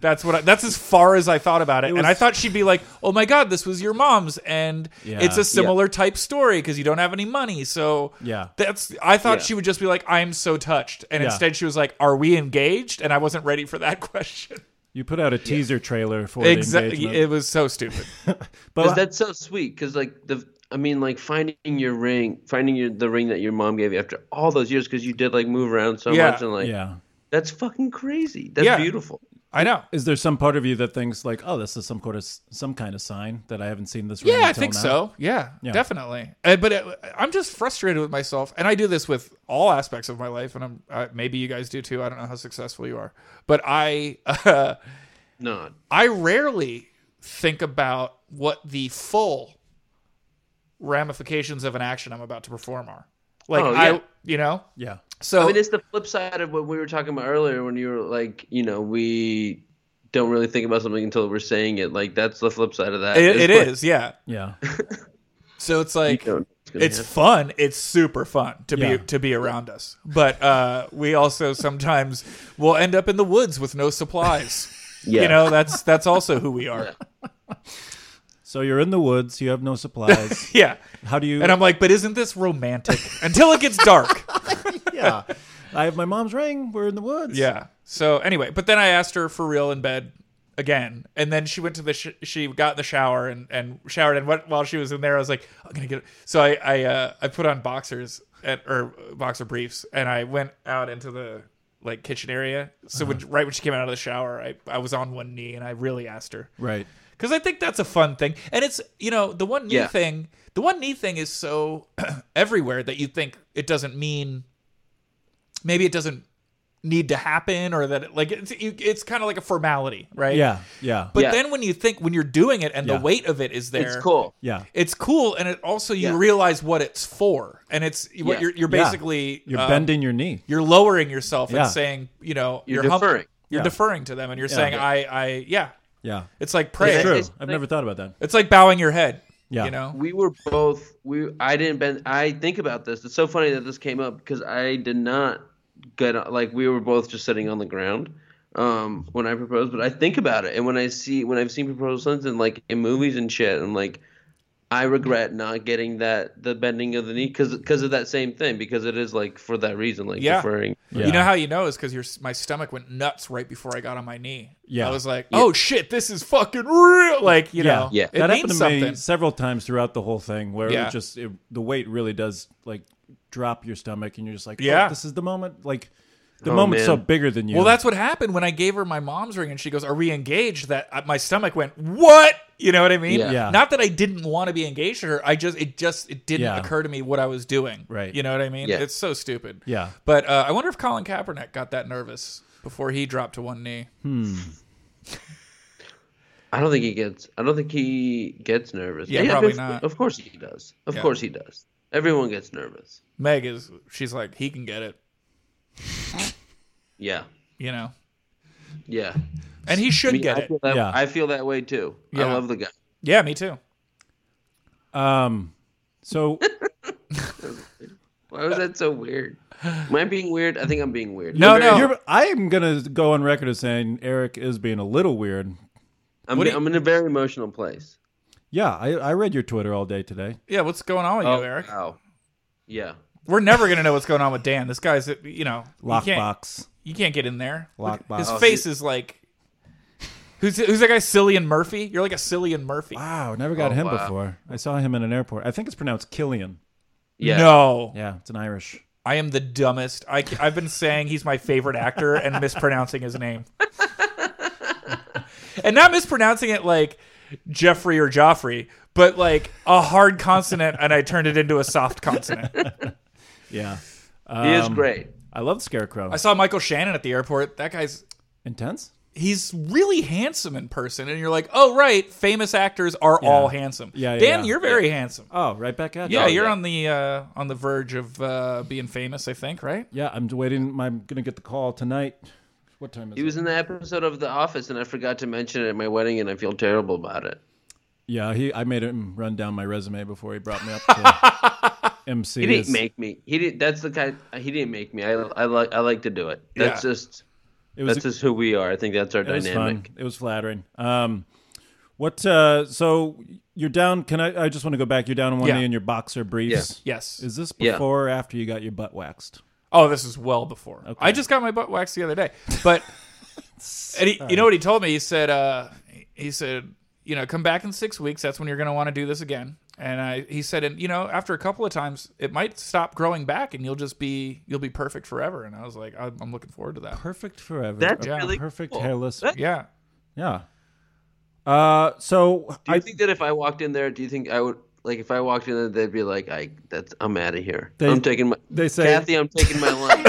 That's what I, that's as far as I thought about it, and I
was-
thought she'd be like, "Oh my god, this was your mom's," and
Yeah.
it's a similar type story because you don't have any money. So
Yeah.
that's I thought
Yeah.
she would just be like, "I'm so touched," and
Yeah.
instead she was like, "Are we engaged?" And I wasn't ready for that question.
You put out a teaser trailer for the
Exactly,
engagement.
it was so stupid.
but
Because that's so sweet. Because like the, I mean, like finding your ring, finding your the ring that your mom gave you after all those years, because you did like move around so
Yeah.
much, and like
yeah.
that's fucking crazy. That's
Yeah.
beautiful.
I know.
Is there some part of you that thinks like, oh, this is some kind of some kind of sign that I haven't seen this? ring
Yeah, I
until
think
now?
so. Yeah,
Yeah.
definitely. Uh, but it, I'm just frustrated with myself, and I do this with all aspects of my life, and I'm uh, maybe you guys do too. I don't know how successful you are, but I uh,
No,
I rarely think about what the full ramifications of an action I'm about to perform are. Like
Oh, yeah.
I, you know,
Yeah,
so
I mean it's the flip side of what we were talking about earlier when you were like, you know, we don't really think about something until we're saying it. Like that's the flip side of that.
it, it
like,
is, yeah.
yeah,
So it's like
you know, it's gonna
it's
happen.
fun it's super fun to
Yeah.
be to be around us but uh we also sometimes will end up in the woods with no supplies
yeah.
you know that's that's also who we are
So you're in the woods. You have no supplies.
yeah,
How do you?
and i'm like but isn't this romantic until it gets dark
yeah, I have my mom's ring. We're in the woods.
"Ah." yeah so anyway but then i asked her for real in bed again and then she went to the sh- she got in the shower and and showered and what, while she was in there i was like i'm gonna get so i i uh i put on boxers at, or boxer briefs and i went out into the like kitchen area so when, right when she came out of the shower I, I was on one knee and i really asked her
right.
because I think that's a fun thing, and it's you know the one knee
Yeah.
thing. The one knee thing is so everywhere that you think it doesn't mean. Maybe it doesn't need to happen, or that it, like it's you, it's kind of like a formality, right?
Yeah, yeah,
But
Yeah.
then when you think when you're doing it and
Yeah.
the weight of it is there,
It's cool.
yeah.
It's cool, and it also you
Yeah.
realize what it's for, and it's what
Yeah.
you're you're
Yeah.
basically
You're
uh,
bending your knee.
you're lowering yourself
Yeah.
and saying you know
You're
hum-
deferring.
you're
Yeah.
deferring to them, and you're saying I I yeah,
Yeah,
it's like
it's
praying.
true.
It's
I've
like-
never thought about that.
It's like bowing your head.
Yeah.
You know?
we were both we i didn't been i think about this it's so funny that this came up because i did not get like we were both just sitting on the ground um when i proposed but i think about it and when i see when i've seen proposals and like in movies and shit and like i regret not getting that the bending of the knee because of that same thing because it is like for that reason like
Yeah.
deferring
Yeah.
You know how you know is because your my stomach went nuts right before I got on my knee.
Yeah.
I was like, oh shit, this is fucking real. Like, you know,
Yeah.
it
that happened
means
to
something.
me several times throughout the whole thing, where
Yeah.
it just it, the weight really does like drop your stomach, and you're just like, oh,
Yeah.
this is the moment. Like the
Oh,
moment's so
man.
bigger than you.
Well, that's what happened when I gave her my mom's ring, and she goes, "Are we engaged?" That uh, my stomach went, "What?" You know what I mean?
Yeah.
Yeah.
Not that I didn't want to be engaged to her. I just it just it didn't
Yeah.
occur to me what I was doing.
Right.
You know what I mean?
Yeah.
It's so stupid.
Yeah.
But uh, I wonder if Colin Kaepernick got that nervous before he dropped to one knee.
Hmm.
i don't think he gets i don't think he gets nervous
Yeah, probably
that's-
not.
of course he does of
Yeah.
course he does everyone gets nervous
Meg is she's like, he can get it.
yeah
You know.
yeah
And he should
I mean,
get
I
it.
Feel that,
Yeah.
I feel that way too.
Yeah.
I love the guy.
Yeah, me too.
um. So
Why was that so weird? Am I being weird? I think I'm being weird.
No,
I'm very-
no.
you're, I'm gonna go on record as saying Eric is being a little weird.
I'm,
What do you-
I'm in a very emotional place.
Yeah, I, I read your Twitter all day today.
Yeah, what's going on
Oh.
with you, Oh, Eric?
Wow. Yeah.
We're never gonna know what's going on with Dan. This guy's, you know, you can't,
Lockbox.
You can't get in there. Look,
Lockbox.
His
Oh,
face is like, who's who's that guy? Cillian Murphy. You're like a Cillian Murphy.
Wow, never got
Oh,
him
wow.
before. I saw him in an airport. I think it's pronounced Killian.
Yeah.
No,
Yeah, it's an Irish.
I am the dumbest. I, ca- I've been saying he's my favorite actor and mispronouncing his name, and not mispronouncing it like Jeffrey or Joffrey, but like a hard consonant, and I turned it into a soft consonant.
Yeah,
He
um,
is great.
I love Scarecrow.
I saw Michael Shannon at the airport. That guy's
Intense.
he's really handsome in person, and you're like, oh right, famous actors are all handsome.
Yeah, yeah,
Dan,
yeah.
you're very handsome.
Oh, right back at you.
Yeah,
Oh,
you're
yeah.
on the uh, on the verge of uh, being famous, I think, right?
Yeah, I'm waiting. I'm gonna get the call tonight. What time is
He
it?
was in the episode of The Office, and I forgot to mention it at my wedding, and I feel terrible about it.
Yeah, he. I made him run down my resume before he brought me up to MC.
He didn't make me. He didn't. That's the kind. He didn't make me. I I like I like to do it. That's
Yeah.
just
It was
That's just who we are. I think that's our
it was
dynamic.
fun. It was flattering. Um, what? Uh, so you're down. Can I? I just want to go back. You're down on one
Yeah.
knee in your boxer briefs.
Yes.
Is this
Yeah.
before or after you got your butt waxed?
Oh, this is well before. I just got my butt waxed the other day. But and he, you know what he told me? He said, uh, he said, you know, come back in six weeks. That's when you're going to want to do this again. And I, he said, and you know, after a couple of times, it might stop growing back, and you'll just be, you'll be perfect forever. And I was like, I'm, I'm looking forward to that.
Perfect forever.
That's
A
really
perfect
cool.
hairless.
That-
Yeah.
yeah. Uh, so
Do you
I
think that if I walked in there, do you think I would like if I walked in there, they'd be like, "I that's I'm out of here.
They-
I'm taking my
they say-
Kathy, I'm taking my lunch."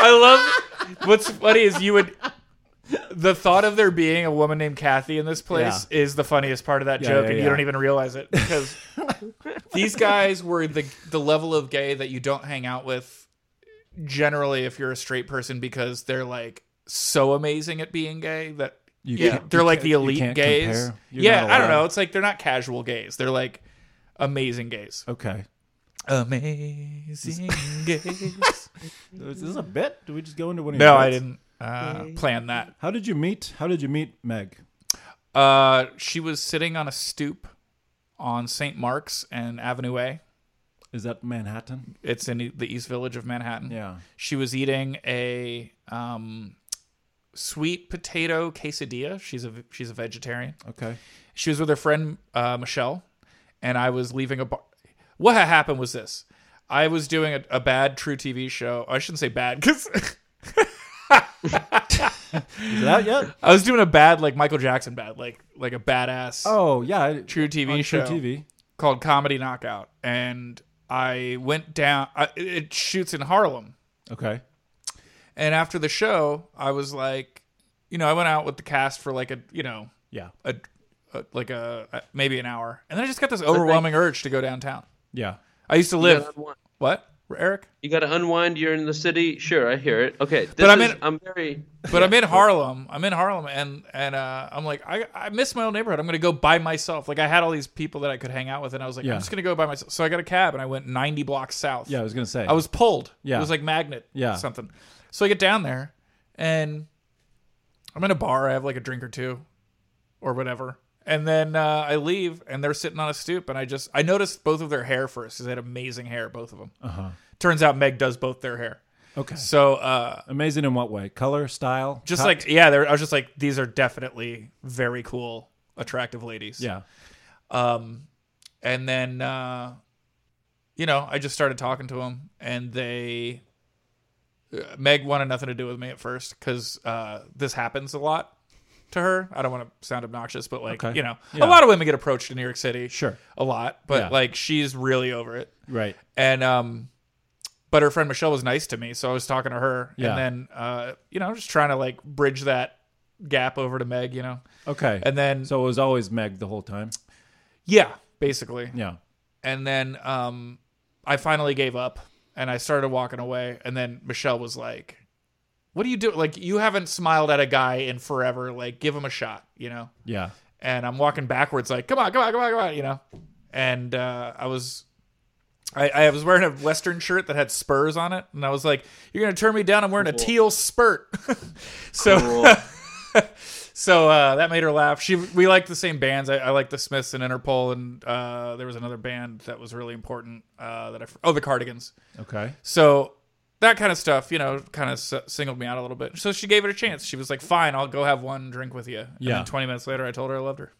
I
What's funny is you would. The thought of there being a woman named Kathy in this place is the funniest part of that
Yeah,
joke,
yeah,
and
yeah.
you don't even realize it because these guys were the the level of gay that you don't hang out with generally if you're a straight person because they're like so amazing at being gay that
You
yeah,
can't-
they're
you
like
can't-
the
you
elite
can't
gays.
compare. You're
Yeah,
not
I don't
allowed.
know. It's like they're not casual gays. They're like amazing gays.
okay.
Amazing gays.
Is this a bit? Did we just go into one? Of your
No, I
bits?
didn't uh, plan that.
How did you meet? How did you meet Meg?
Uh, she was sitting on a stoop on St. Mark's and Avenue A.
Is that Manhattan?
It's in the East Village of Manhattan.
Yeah.
She was eating a um, sweet potato quesadilla. She's a she's a vegetarian.
Okay.
She was with her friend uh, Michelle, and I was leaving a bar. What had happened was this: I was doing a, a bad True TV show. I shouldn't say bad because
Is it out yet?
I was doing a bad like Michael Jackson bad like like a badass
Oh yeah. I-
True TV
on
show.
True TV.
called Comedy Knockout, and I went down. I, it- it shoots in Harlem,
Okay.
and after the show, I was like, you know, I went out with the cast for like a, you know,
Yeah.
a, a like a, a- maybe an hour, and then I just got this overwhelming urge to go downtown.
Yeah.
I used to
love
live what Eric,
You got to unwind. You're in the city. Sure, I hear it. Okay, this
But I'm
is-
in-
I'm very.
but I'm in Harlem. I'm in Harlem, and and uh, I'm like, I I miss my old neighborhood. I'm gonna go by myself. Like I had all these people that I could hang out with, and I was like,
Yeah.
I'm just gonna go by myself. So I got a cab, and I went 90 blocks south.
Yeah. I was gonna say.
I was pulled.
Yeah.
It was like magnet.
Yeah.
Something. So I get down there and I'm in a bar. I have like a drink or two or whatever. And then uh, I leave and they're sitting on a stoop. And I just, I noticed both of their hair first because they had amazing hair, both of them. Uh-huh. Turns out Meg does both their hair.
okay.
So uh,
Amazing in what way? Color, style,
just
top-
like, yeah, they're, I was just like, these are definitely very cool, attractive ladies.
yeah.
Um, and then, uh, you know, I just started talking to them, and they, uh, Meg wanted nothing to do with me at first because uh, this happens a lot to her. I don't want to sound obnoxious, but like,
Okay.
you know,
Yeah.
a lot of women get approached in New York City,
Sure.
a lot, but
Yeah.
like, she's really over it.
Right.
And um, but her friend Michelle was nice to me, so I was talking to her,
Yeah.
and then uh, you know, just trying to like bridge that gap over to Meg, you know,
Okay.
and then
so it was always Meg the whole time.
yeah, basically,
Yeah.
and then um I finally gave up and I started walking away and then Michelle was like what do you do like you haven't smiled at a guy in forever like give him a shot you know
Yeah.
and I'm walking backwards like come on come on come on come on you know and uh I was I, I was wearing a western shirt that had spurs on it and I was like you're gonna turn me down I'm wearing a teal spurt so so uh, that made her laugh. She we liked the same bands. I, I liked the Smiths and Interpol, and uh, there was another band that was really important uh, that I fr- oh the Cardigans.
Okay.
So that kind of stuff, you know, kind of s- singled me out a little bit. So she gave it a chance. She was like, "Fine, I'll go have one drink with you." And
Yeah.
Then Twenty minutes later, I told her I loved her.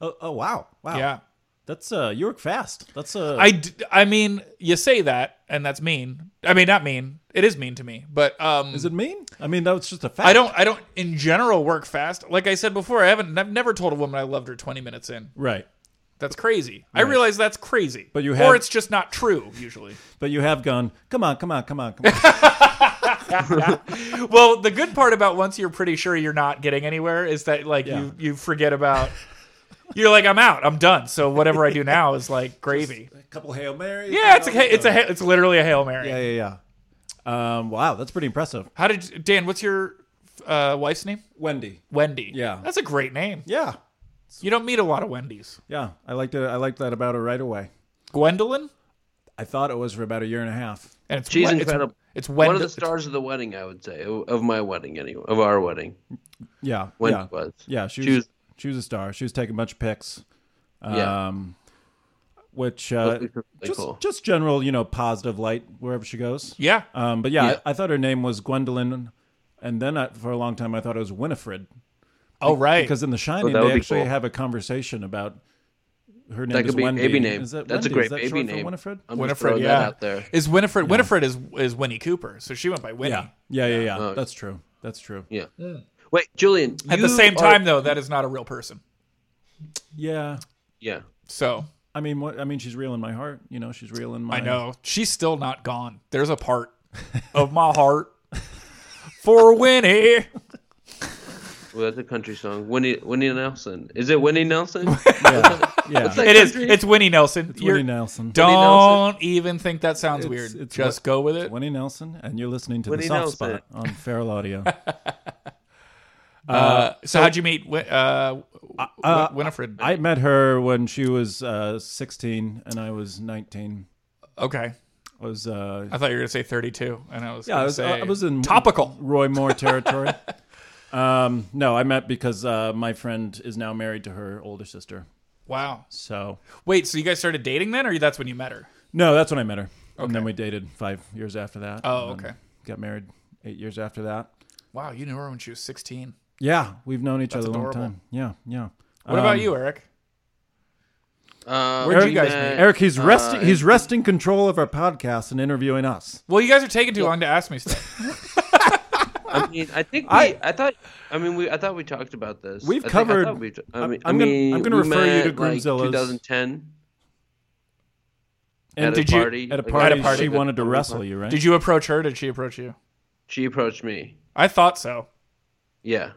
Oh, oh wow. Wow.
Yeah.
That's uh you work fast. That's uh
I, d- I mean, you say that, and that's mean. I mean, not mean. It is mean to me, but um,
is it mean? I mean that was just a fact.
I don't. I don't in general work fast. Like I said before, I haven't. I've never told a woman I loved her twenty minutes in.
Right.
That's crazy. I realize that's crazy.
But you have-
or it's just not true usually.
But you have gone, come on, come on, come on, come on.
well, the good part about once you're pretty sure you're not getting anywhere is that like you you forget about. You're like I'm out. I'm done. So whatever I do now is like gravy.
a couple Hail Marys.
yeah, it's a ha- it's a ha- it's literally a hail mary.
Yeah, yeah, yeah. Um wow, that's pretty impressive.
How did you- Dan? What's your uh, wife's name?
Wendy.
Wendy.
Yeah.
that's a great name.
Yeah.
You don't meet a lot of Wendy's.
Yeah. I liked it I liked that about her right away.
Gwendolyn.
I thought it was for about a year and a half.
And it's
She's
Wen-
incredible.
It's, It's when
One of
do-
the stars of the wedding, I would say, of my wedding anyway, of our wedding.
Yeah,
When
yeah,
it was.
yeah. She
She
was, she was a star. She was taking a bunch of pics.
Yeah.
Um, which uh,
Really
just
cool.
just general, you know, positive light wherever she goes.
yeah.
Um, but yeah,
Yeah.
I, I thought her name was Gwendolyn, and then I, for a long time I thought it was Winifred
oh right.
because in The Shining
that would
they
be
actually
cool.
have a conversation about her name
That
is
could be
Wendy.
baby name.
Is that Wendy?
That's a great
is that
baby
short for
name.
Winifred.
I'm just
Winifred,
throwing
yeah,
that out there.
is Winifred. Winifred is is Winnie Cooper, so she went by Winnie.
Yeah, yeah, yeah, yeah.
Oh.
That's true. That's true.
Yeah. Wait, Julian.
At
you
the same
are-
time, though, that is not a real person.
Yeah.
Yeah.
So
I mean, what? I mean, she's real in my heart. You know, she's real in my.
I know she's still not gone. There's a part of my heart for Winnie.
Well, that's a country song. Winnie Winnie Nelson. Is it Winnie Nelson?
Yeah, yeah.
like-
It is.
Country.
It's Winnie Nelson. You're-
Winnie Nelson.
Don't
Nelson.
even think that sounds
It's-
weird.
it's
Just
what-
go with it.
Winnie Nelson, and you're listening to
Winnie
the soft
Nelson.
spot on Feral Audio.
Uh, so how'd you meet Wi- uh, Wi- Winifred?
I met her when she was uh, 16 and I was 19.
okay,
I was uh,
I thought you were gonna say 32, and I was
yeah,
gonna
I was, uh,
say
I was in
topical.
Roy Moore territory. um, no, I met because uh, my friend is now married to her older sister.
Wow.
So
Wait, so you guys started dating then, or that's when you met her?
no, that's when I met her, and then we dated five years after that.
Oh,
and then
okay.
Got married eight years after that.
Wow, you knew her when she was 16.
Yeah, we've known each other a long
adorable.
time. Yeah, yeah. Um,
What about you, Eric?
Uh,
Where'd you
we
guys
met-
meet?
Eric, he's
Uh,
resting. he's resting control of our podcast and interviewing us.
Well, you guys are taking too long to ask me stuff.
I mean, I think we,
I-
I, thought. I mean, we. I thought we talked about this.
We've
I think-
covered-
I thought we, I
I'm-
mean,
I'm gonna-
I mean,
I'm gonna
we
refer you to
met, like,
Groomzilla's.
2010.
And
at
did
a
you-
party,
At a
like,
party,
a party.
she wanted to wrestle you, right?
Did you approach her? Did she approach you?
She approached me.
I thought so.
Yeah,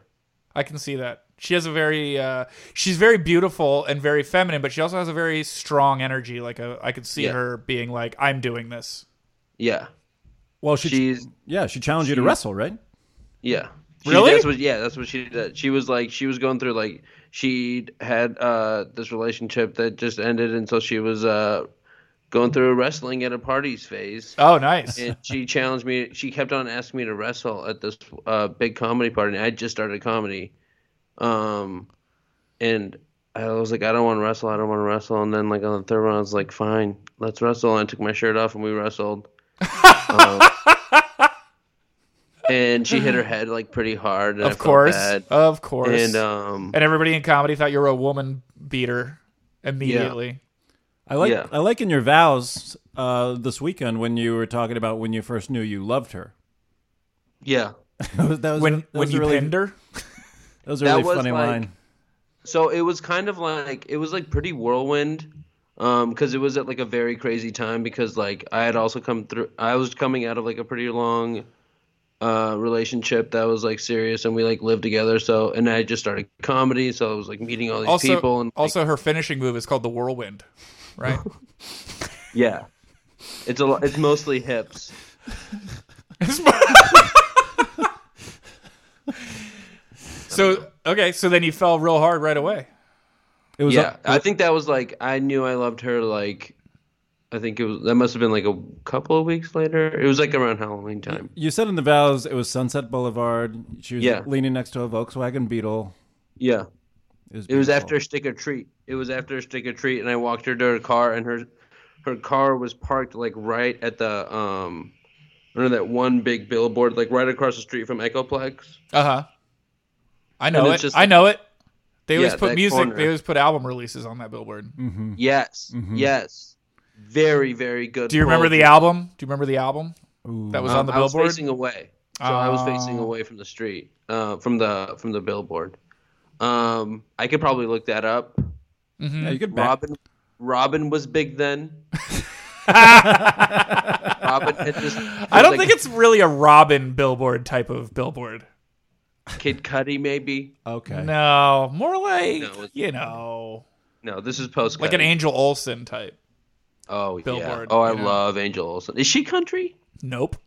I can see that. She has a very uh, she's very beautiful and very feminine, but she also has a very strong energy. Like a, I could see
Yeah.
her being like, "I'm doing this."
yeah.
well, she
She's
yeah, she challenged you to wrestle, right?
yeah. She-
Really?
That's what. Yeah, that's what she did. She was like, she was going through like she had uh this relationship that just ended, and so she was uh going through a wrestling at a parties phase.
Oh, nice.
and she challenged me. She kept on asking me to wrestle at this uh, big comedy party. And I just started comedy, um, and I was like, I don't want to wrestle. I don't want to wrestle. And then like on the third one, I was like, fine, let's wrestle. And I took my shirt off and we wrestled. Um, and she hit her head like pretty hard. And I
of
felt
course,
bad.
of course.
And um,
and everybody in comedy thought you were a woman beater immediately.
I like
Yeah.
I like in your vows uh, this weekend when you were talking about when you first knew you loved her.
yeah.
that was, that was-
When
that
when
was
you
a really,
pinned her,
that was a
That
really
was
funny
like-
line.
So it was kind of like it was like pretty whirlwind, um, because it was at like a very crazy time because like I had also come through. I was coming out of like a pretty long, uh, relationship that was like serious, and we like lived together. So and I just started comedy, so I was like meeting all these
also
people and like,
also her finishing move is called the whirlwind, right?
yeah, it's a lo- it's mostly hips.
so okay, so then you fell real hard right away.
It was
Yeah, I think that was like I knew I loved her like. I think it was that must have been like a couple of weeks later. It was like around Halloween time.
you said in the vows it was Sunset Boulevard. She was
Yeah.
leaning next to a Volkswagen Beetle. It
Yeah.
was,
It was
beautiful.
after stick or treat. It was after stick or treat, and I walked her to her car, and her her car was parked like right at the um under that one big billboard, like right across the street from Echoplex.
Uh huh. I know
And
it.
it's just
I
like-
know it. They always
Yeah,
put
that
music.
corner.
They always put album releases on that billboard.
Yes, yes, very very good.
Mm-hmm.
Um,
Do you remember the album? Do you remember the album that was on the
I was
billboard? Oh.
facing away, so I was facing away from the street, uh, from the from the billboard. Um, I could probably look that up.
Yeah, you could back.
Robin, Robin was big then. Robin, had just,
I don't think it's really a Robin billboard type of billboard.
Kid Cudi maybe.
okay.
No, more like
No, it's-
you know,
No, this is post
like an Angel Olsen type.
Oh yeah.
billboard,
Oh, I
you know.
love Angel Olsen. Is she country?
Nope.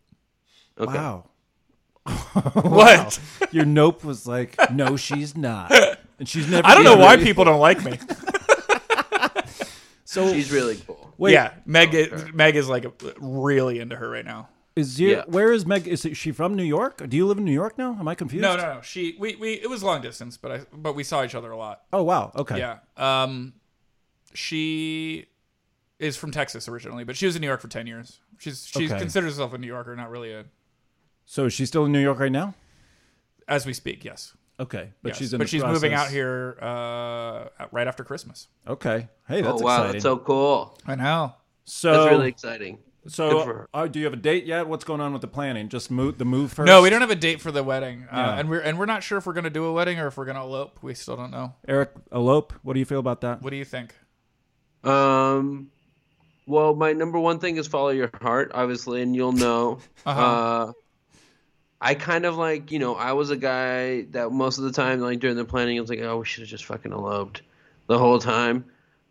Okay.
Wow.
What?
Your nope was like, no, she's not, and she's never.
I don't know
been.
why people don't like me.
So
She's really cool.
Oh.
wait,
yeah, Meg. Meg is like really into her right now.
Is zero,
Yeah.
where is Meg? Is she from New York? Do you live in New York now? Am I confused?
No, no, no. She we, we it was long distance, but I but we saw each other a lot.
Oh wow. Okay.
Yeah. Um, she is from Texas originally, but she was in New York for ten years. She's she
Okay.
considers herself a New Yorker, not really a
So is she still in New York right now?
as we speak. Yes,
Okay, but
Yes.
she's in.
but
the
she's moving
process.
out here uh, right after Christmas.
Okay. Hey, that's
oh wow,
exciting.
that's so cool.
I know.
so
Oh.
That's really exciting. good for
so
her.
uh, do you have a date yet? What's going on with the planning? Just move the move first.
No, we don't have a date for the wedding, uh,
Yeah.
and we're and we're not sure if we're gonna do a wedding or if we're gonna elope. We still don't know.
Eric, elope. What do you feel about that?
What do you think?
Um, well, my number one thing is follow your heart, obviously, and you'll know.
Uh-huh.
Uh, I kind of like, you know, I was a guy that most of the time, like during the planning, I was like, oh, we should have just fucking eloped the whole time.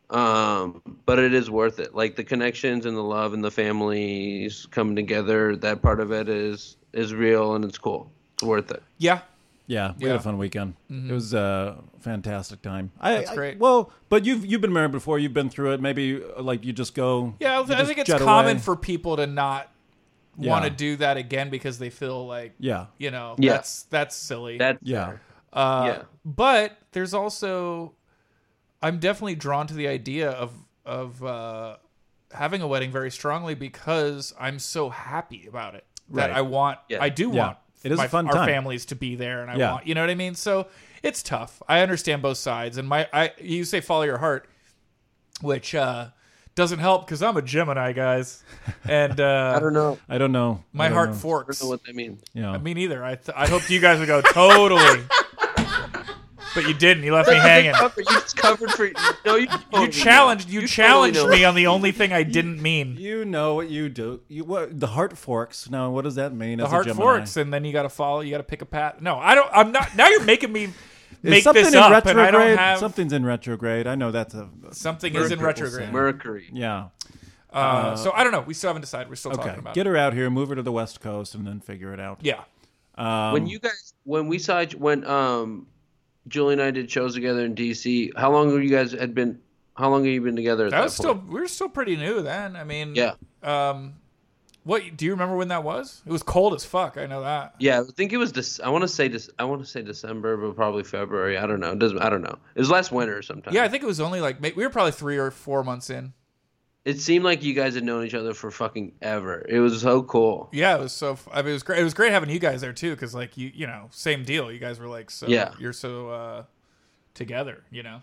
Um, but it is worth it. Like the connections and the love and the families coming together, that part of it is is real and it's cool. It's worth it.
Yeah.
Yeah, we had
Yeah. Mm-hmm.
a fun weekend. It was a fantastic time. I,
That's
I-
great.
well, but you've you've been married before. You've been through it. Maybe uh, like you just go.
Yeah, I,
you
I
just
think it's
jet
common
away.
for people to not
Yeah.
want to do that again because they feel like
Yeah,
you know
Yeah.
that's that's silly.
That's
yeah,
Uh,
Yeah.
But there's also, I'm definitely drawn to the idea of of uh, having a wedding very strongly because I'm so happy about it that
Right.
I want,
Yeah.
I do
Yeah.
want.
It is a
my-
fun
our
time.
families to be there, and I
Yeah.
want you know what I mean. So it's tough. I understand both sides, and my I you say follow your heart, which uh, doesn't help because I'm a Gemini, guys, and uh,
I don't know.
I don't know. I
my
don't
heart
know.
I
forks.
don't know what that means.
Yeah,
Uh, Me neither. I th- I hoped you guys would go totally, but you didn't. You left me hanging.
Cover- You just covered for no. You,
You challenged. You, challenged
know.
me on the only thing I didn't mean.
you know what you do. You what the heart forks. Now, what does that mean?
The
as a
heart
Gemini?
forks, and then you got to follow. You got to pick a path. No, I don't. I'm not. Now you're making me make
something
this
in
up,
retrograde.
and I don't have something.
Something's in retrograde. I know that's a
is in
Mercury.
retrograde.
Mercury.
yeah.
Uh, so I don't know. We still haven't decided. We're still
Okay,
talking about.
get
it.
her out here, move her to the West Coast, and then figure it out.
Yeah. Um,
when you guys, when we saw, each- when um, Julie and I did shows together in DC, how long have you guys had been? How long have you been together? At that,
That was still.
point?
We were still pretty new then. I mean.
Yeah,
Um, what do you remember when that was? It was cold as fuck. I know that.
yeah. I think it was. Dec- I want to say. Dec- I want to say December, but probably February. I don't know. It doesn't. I don't know. It was last winter sometime.
Yeah, I think it was only like ma- we were probably three or four months in.
It seemed like you guys had known each other for fucking ever. It was so cool.
Yeah, it was so. f- I mean, it was great. It was great having you guys there too, because like you, you know, same deal. You guys were like so.
Yeah.
You're so uh, together. You know.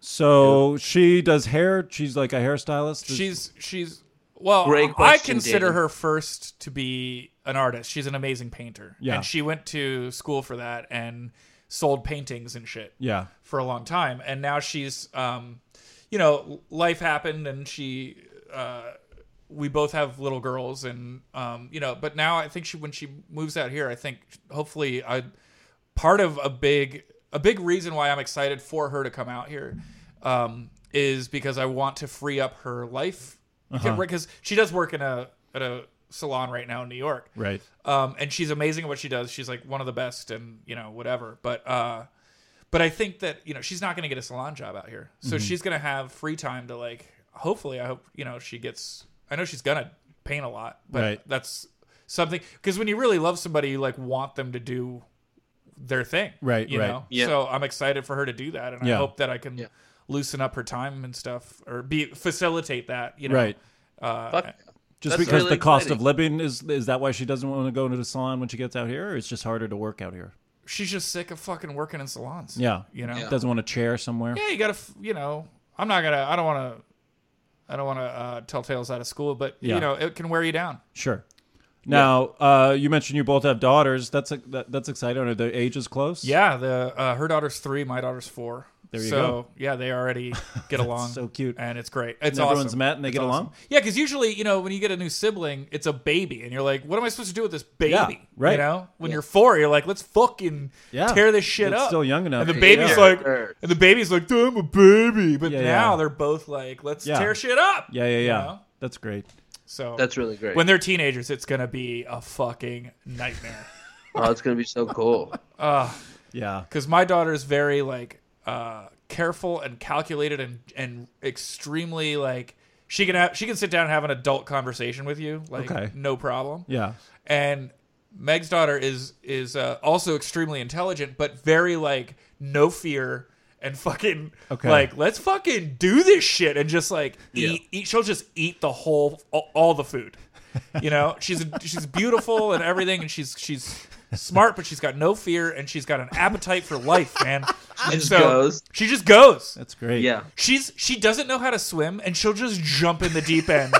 So she does hair. She's like a hairstylist.
She's she's well.
Great
I
question,
consider
David.
her first to be an artist. She's an amazing painter.
Yeah.
And she went to school for that and sold paintings and shit.
yeah,
for a long time and now she's um you know life happened and she uh we both have little girls and um you know but now i think she when she moves out here i think hopefully i part of a big a big reason why i'm excited for her to come out here um is because i want to free up her life because she does work in a at a salon right now in new york
right.
um, and she's amazing at what she does. She's like one of the best, and you know whatever. But uh, but I think that you know she's not going to get a salon job out here, so
Mm-hmm.
she's going to have free time to like. Hopefully, I hope you know she gets. I know she's gonna paint a lot, but
Right.
that's something because when you really love somebody, you like want them to do their thing,
Right,
You
right.
know.
Yeah.
So I'm excited for her to do that, and I
Yeah.
hope that I can
Yeah.
loosen up her time and stuff, or be facilitate that, you know.
Right.
Uh,
Fuck.
Just
That's
because
really
the cost
exciting.
of living is is that why she doesn't want to go into the salon when she gets out here, or it's just harder to work out here?
She's just sick of fucking working in salons.
Yeah.
You know.
Doesn't want a chair somewhere.
yeah, you gotta, f- you know, I'm not gonna, I don't wanna, I don't wanna uh, tell tales out of school, but
Yeah.
you know, it can wear you down.
Sure. Now, uh, you mentioned you both have daughters. That's a, that, that's exciting. Are the ages close?
Yeah, the uh, her daughter's three, my daughter's four. There
you
so,
go.
yeah, they already get along.
so cute.
and it's great. It's
And everyone's
awesome.
met and they
It's
get
awesome.
along?
Yeah, because usually, you know, when you get a new sibling, it's a baby, and you're like, what am I supposed to do with this baby?
Yeah, right.
You know, when you're four, you're like, let's fucking
Yeah.
tear this shit
It's
up.
still young enough.
And the
Yeah.
baby's
Yeah.
like, and the baby's like, I'm a baby. But
Yeah,
now
yeah.
they're both like, let's
Yeah.
tear shit up.
Yeah, yeah,
you
yeah.
know?
That's great.
So
That's really great.
when they're teenagers, it's gonna be a fucking nightmare.
oh, it's gonna be so cool.
Yeah.
Because my daughter's very like uh, careful and calculated and and extremely like she can have she can sit down and have an adult conversation with you, like
Okay.
no problem.
Yeah.
And Meg's daughter is is uh, also extremely intelligent, but very like no fear and fucking
Okay.
like let's fucking do this shit and just like
Yeah.
eat, eat. She'll just eat the whole all, all the food. You know, she's she's beautiful and everything, and she's she's smart, but she's got no fear and she's got an appetite for life, man. She
just goes.
She just goes.
That's great.
Yeah.
She's she doesn't know how to swim and she'll just jump in the deep end.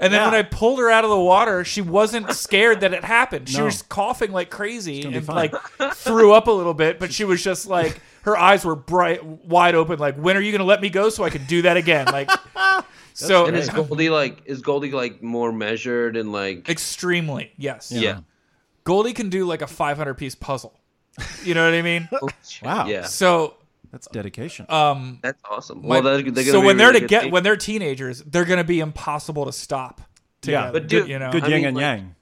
And then when I pulled her out of the water, she wasn't scared that it happened. She
No.
was coughing like crazy
be
and
fine.
like threw up a little bit, but she was just like her eyes were bright wide open like when are you going to let me go so I can do that again? Like so
And is Goldie like is Goldie like more measured and like
extremely. Yes.
yeah.
Goldie can do like a 500 piece puzzle. You know what I mean?
Wow.
Yeah.
So
That's dedication.
Uh,
That's awesome.
my-
well, they're, they're
so when they're to
get
get when they're teenagers, they're going to be impossible to stop.
Yeah.
together,
But
dude,
you know.
Good
I
yin
mean,
and
like-
yang.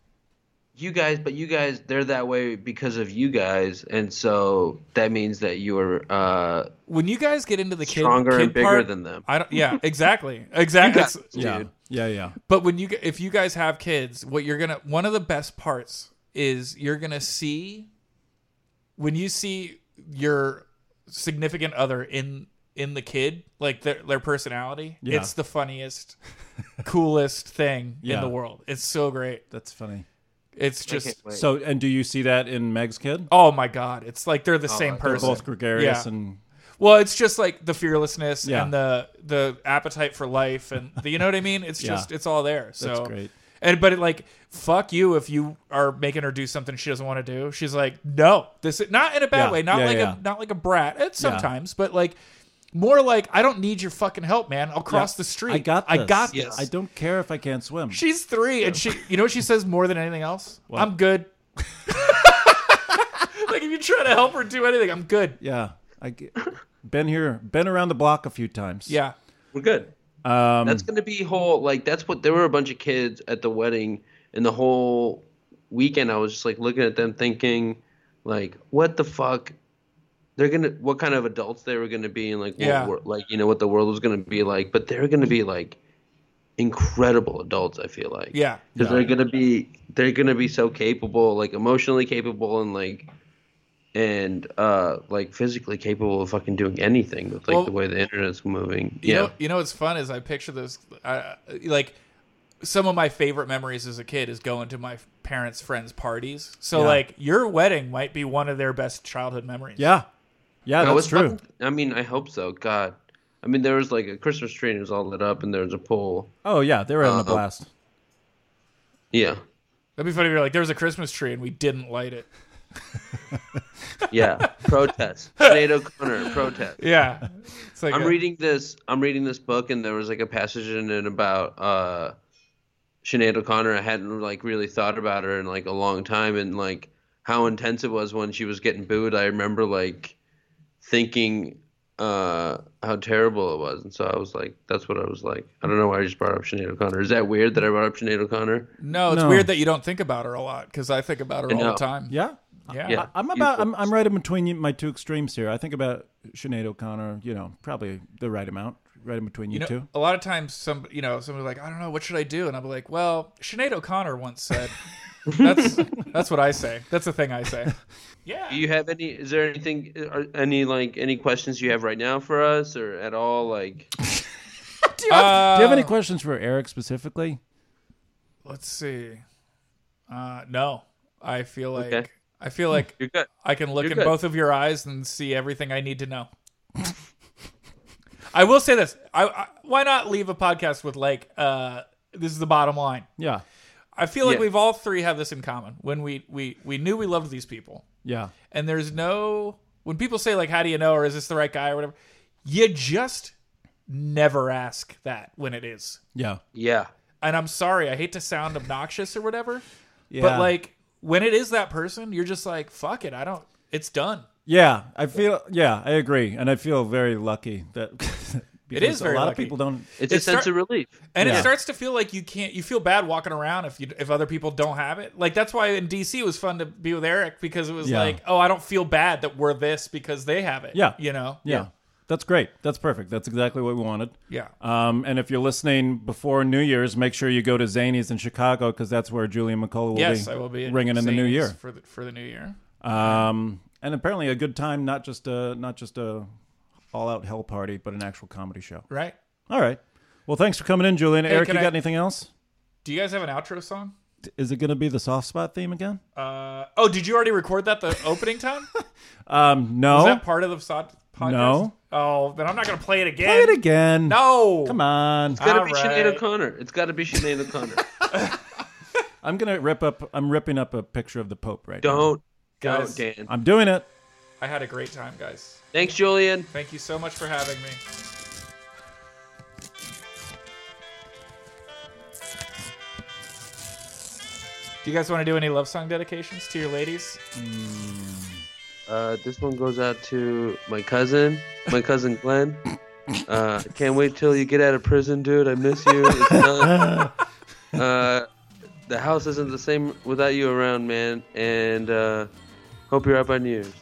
you guys, but you guys, they're that way because of you guys, and so that means that you are uh,
when you guys get into the kid,
stronger
kid
and bigger
part,
than them.
I don't. Yeah, exactly, exactly.
guys-
It's-
Yeah.
dude.
Yeah. Yeah.
But when you g- if you guys have kids, what you're gonna one of the best parts is you're gonna see when you see your significant other in in the kid, like their their personality.
Yeah.
It's the funniest, coolest thing
Yeah.
in the world. It's so great.
That's funny.
It's
can't
just
wait.
So, and do you see that in Meg's kid?
oh my god. It's like they're the same
Oh, they're
person.
Both gregarious
Yeah.
and
Well, it's just like the fearlessness
Yeah.
and the the appetite for life, and the, you know what I mean. It's
Yeah.
just it's all there. So
great.
And but it, like fuck you if you are making her do something she doesn't want to do. She's like, no, this is not in a bad
Yeah.
way. Not
Yeah,
like
yeah.
a not like a brat. It's sometimes, but like more like I don't need your fucking help, man. I'll cross
Yeah.
the street.
I got. This.
I got this.
I don't care if I can't swim.
She's three, and she, you know, what she says more than anything else. I'm good. like if you try to help her do anything, I'm good.
yeah. I g- been here, been around the block a few times.
Yeah.
We're good. Um, that's gonna be whole. Like that's what there were a bunch of kids at the wedding, and the whole weekend I was just like looking at them, thinking, like, what the fuck? They're gonna what kind of adults they were gonna be, and like, what
Yeah.
wor- like you know what the world was gonna be like. But they're gonna be like incredible adults. I feel like
Yeah.
because they're gonna be they're gonna be so capable, like emotionally capable, and like and uh like physically capable of fucking doing anything with like
Well-
the way the internet's moving.
You
yeah.
Know, you know what's fun is I picture those. Uh, like some of my favorite memories as a kid is going to my parents' friends' parties. So
Yeah.
like your wedding might be one of their best childhood memories.
Yeah. Yeah.
No,
That's
it's
true.
fucking- I mean, I hope so. God. I mean, there was like a Christmas tree and it was all lit up and there was a pool.
Oh yeah, they were on a blast.
Yeah.
That'd be funny if you're like, there was a Christmas tree and we didn't light it.
Yeah. protest. Sinead O'Connor, protest.
Yeah. It's like
I'm
a-
reading this I'm reading this book and there was like a passage in it about uh Sinead O'Connor. I hadn't like really thought about her in like a long time and like how intense it was when she was getting booed. I remember like thinking uh how terrible it was and so I was like that's what I was like. I don't know why I just brought up Sinead O'Connor. Is that weird that I brought up Sinead O'Connor?
No, it's
No.
weird that you don't think about her a lot because I think about her all
know.
the time.
Yeah.
Yeah.
Yeah.
I'm about. I'm, I'm right in between my two extremes here. I think about Sinead O'Connor. You know, probably the right amount, right in between you,
You know,
two.
a lot of times, some you know, somebody's like, I don't know, what should I do? And I'm like, well, Sinead O'Connor once said, that's that's what I say. That's the thing I say.
Do you have any? Is there anything? Are, any like any questions you have right now for us or at all? Like,
Do you, have, do you have any
Uh,
questions for Eric specifically?
Let's see. Uh, no, I feel like
Okay.
I feel like
you're good.
I can look
You're
in
good.
both of your eyes and see everything I need to know. I will say this: I, I why not leave a podcast with like uh, this is the bottom line.
Yeah.
I feel like
Yeah.
we've all three have this in common when we we we knew we loved these people,
Yeah.
and there's no when people say like how do you know or is this the right guy or whatever, you just never ask that when it is.
Yeah.
Yeah.
And I'm sorry, I hate to sound obnoxious or whatever.
Yeah.
But like when it is that person, you're just like, fuck it, I don't. It's done.
Yeah, I feel. Yeah, I agree, and I feel very lucky that because
is very
a lot
lucky.
of people don't.
It's a sense
It start-
of relief.
And it
Yeah.
starts to feel like you can't. You feel bad walking around if you if other people don't have it. Like that's why in DC it was fun to be with Eric because it was
Yeah.
like, oh, I don't feel bad that we're this because they have it.
Yeah.
you know.
Yeah, That's great. That's perfect. That's exactly what we wanted.
Yeah.
Um, and if you're listening before New Year's, make sure you go to Zany's in Chicago because that's where Julian McCullough will
yes,
be
I will be in
ringing in the new
Zanies
year.
for the, for the new year.
Um, and apparently a good time, not just a not just a all out hell party, but an actual comedy show.
Right?
All right. Well, thanks for coming in, Julian. Eric, you
can
got
I-
anything else?
Do you guys have an outro song?
Is it going to be the soft spot theme again?
Uh, oh, did you already record that the opening time? Is
Um, no.
that part of the so- podcast?
No.
Oh, then I'm not gonna play it again.
Play it again.
No.
Come on.
It's gotta
All
be
right.
Sinead O'Connor. It's gotta be Sinead O'Connor.
I'm gonna rip up. I'm ripping up a picture of the Pope right now.
Don't,
Guys.
don't, Dan.
I'm doing it.
I had a great time, guys.
Thanks, Julian.
Thank you so much for having me. Do you guys want to do any love song dedications to your ladies?
Uh, this one goes out to my cousin, my cousin Glenn. Uh, can't wait till you get out of prison, dude. I miss you. It's not, uh, the house isn't the same without you around, man. And uh, hope you're up on years.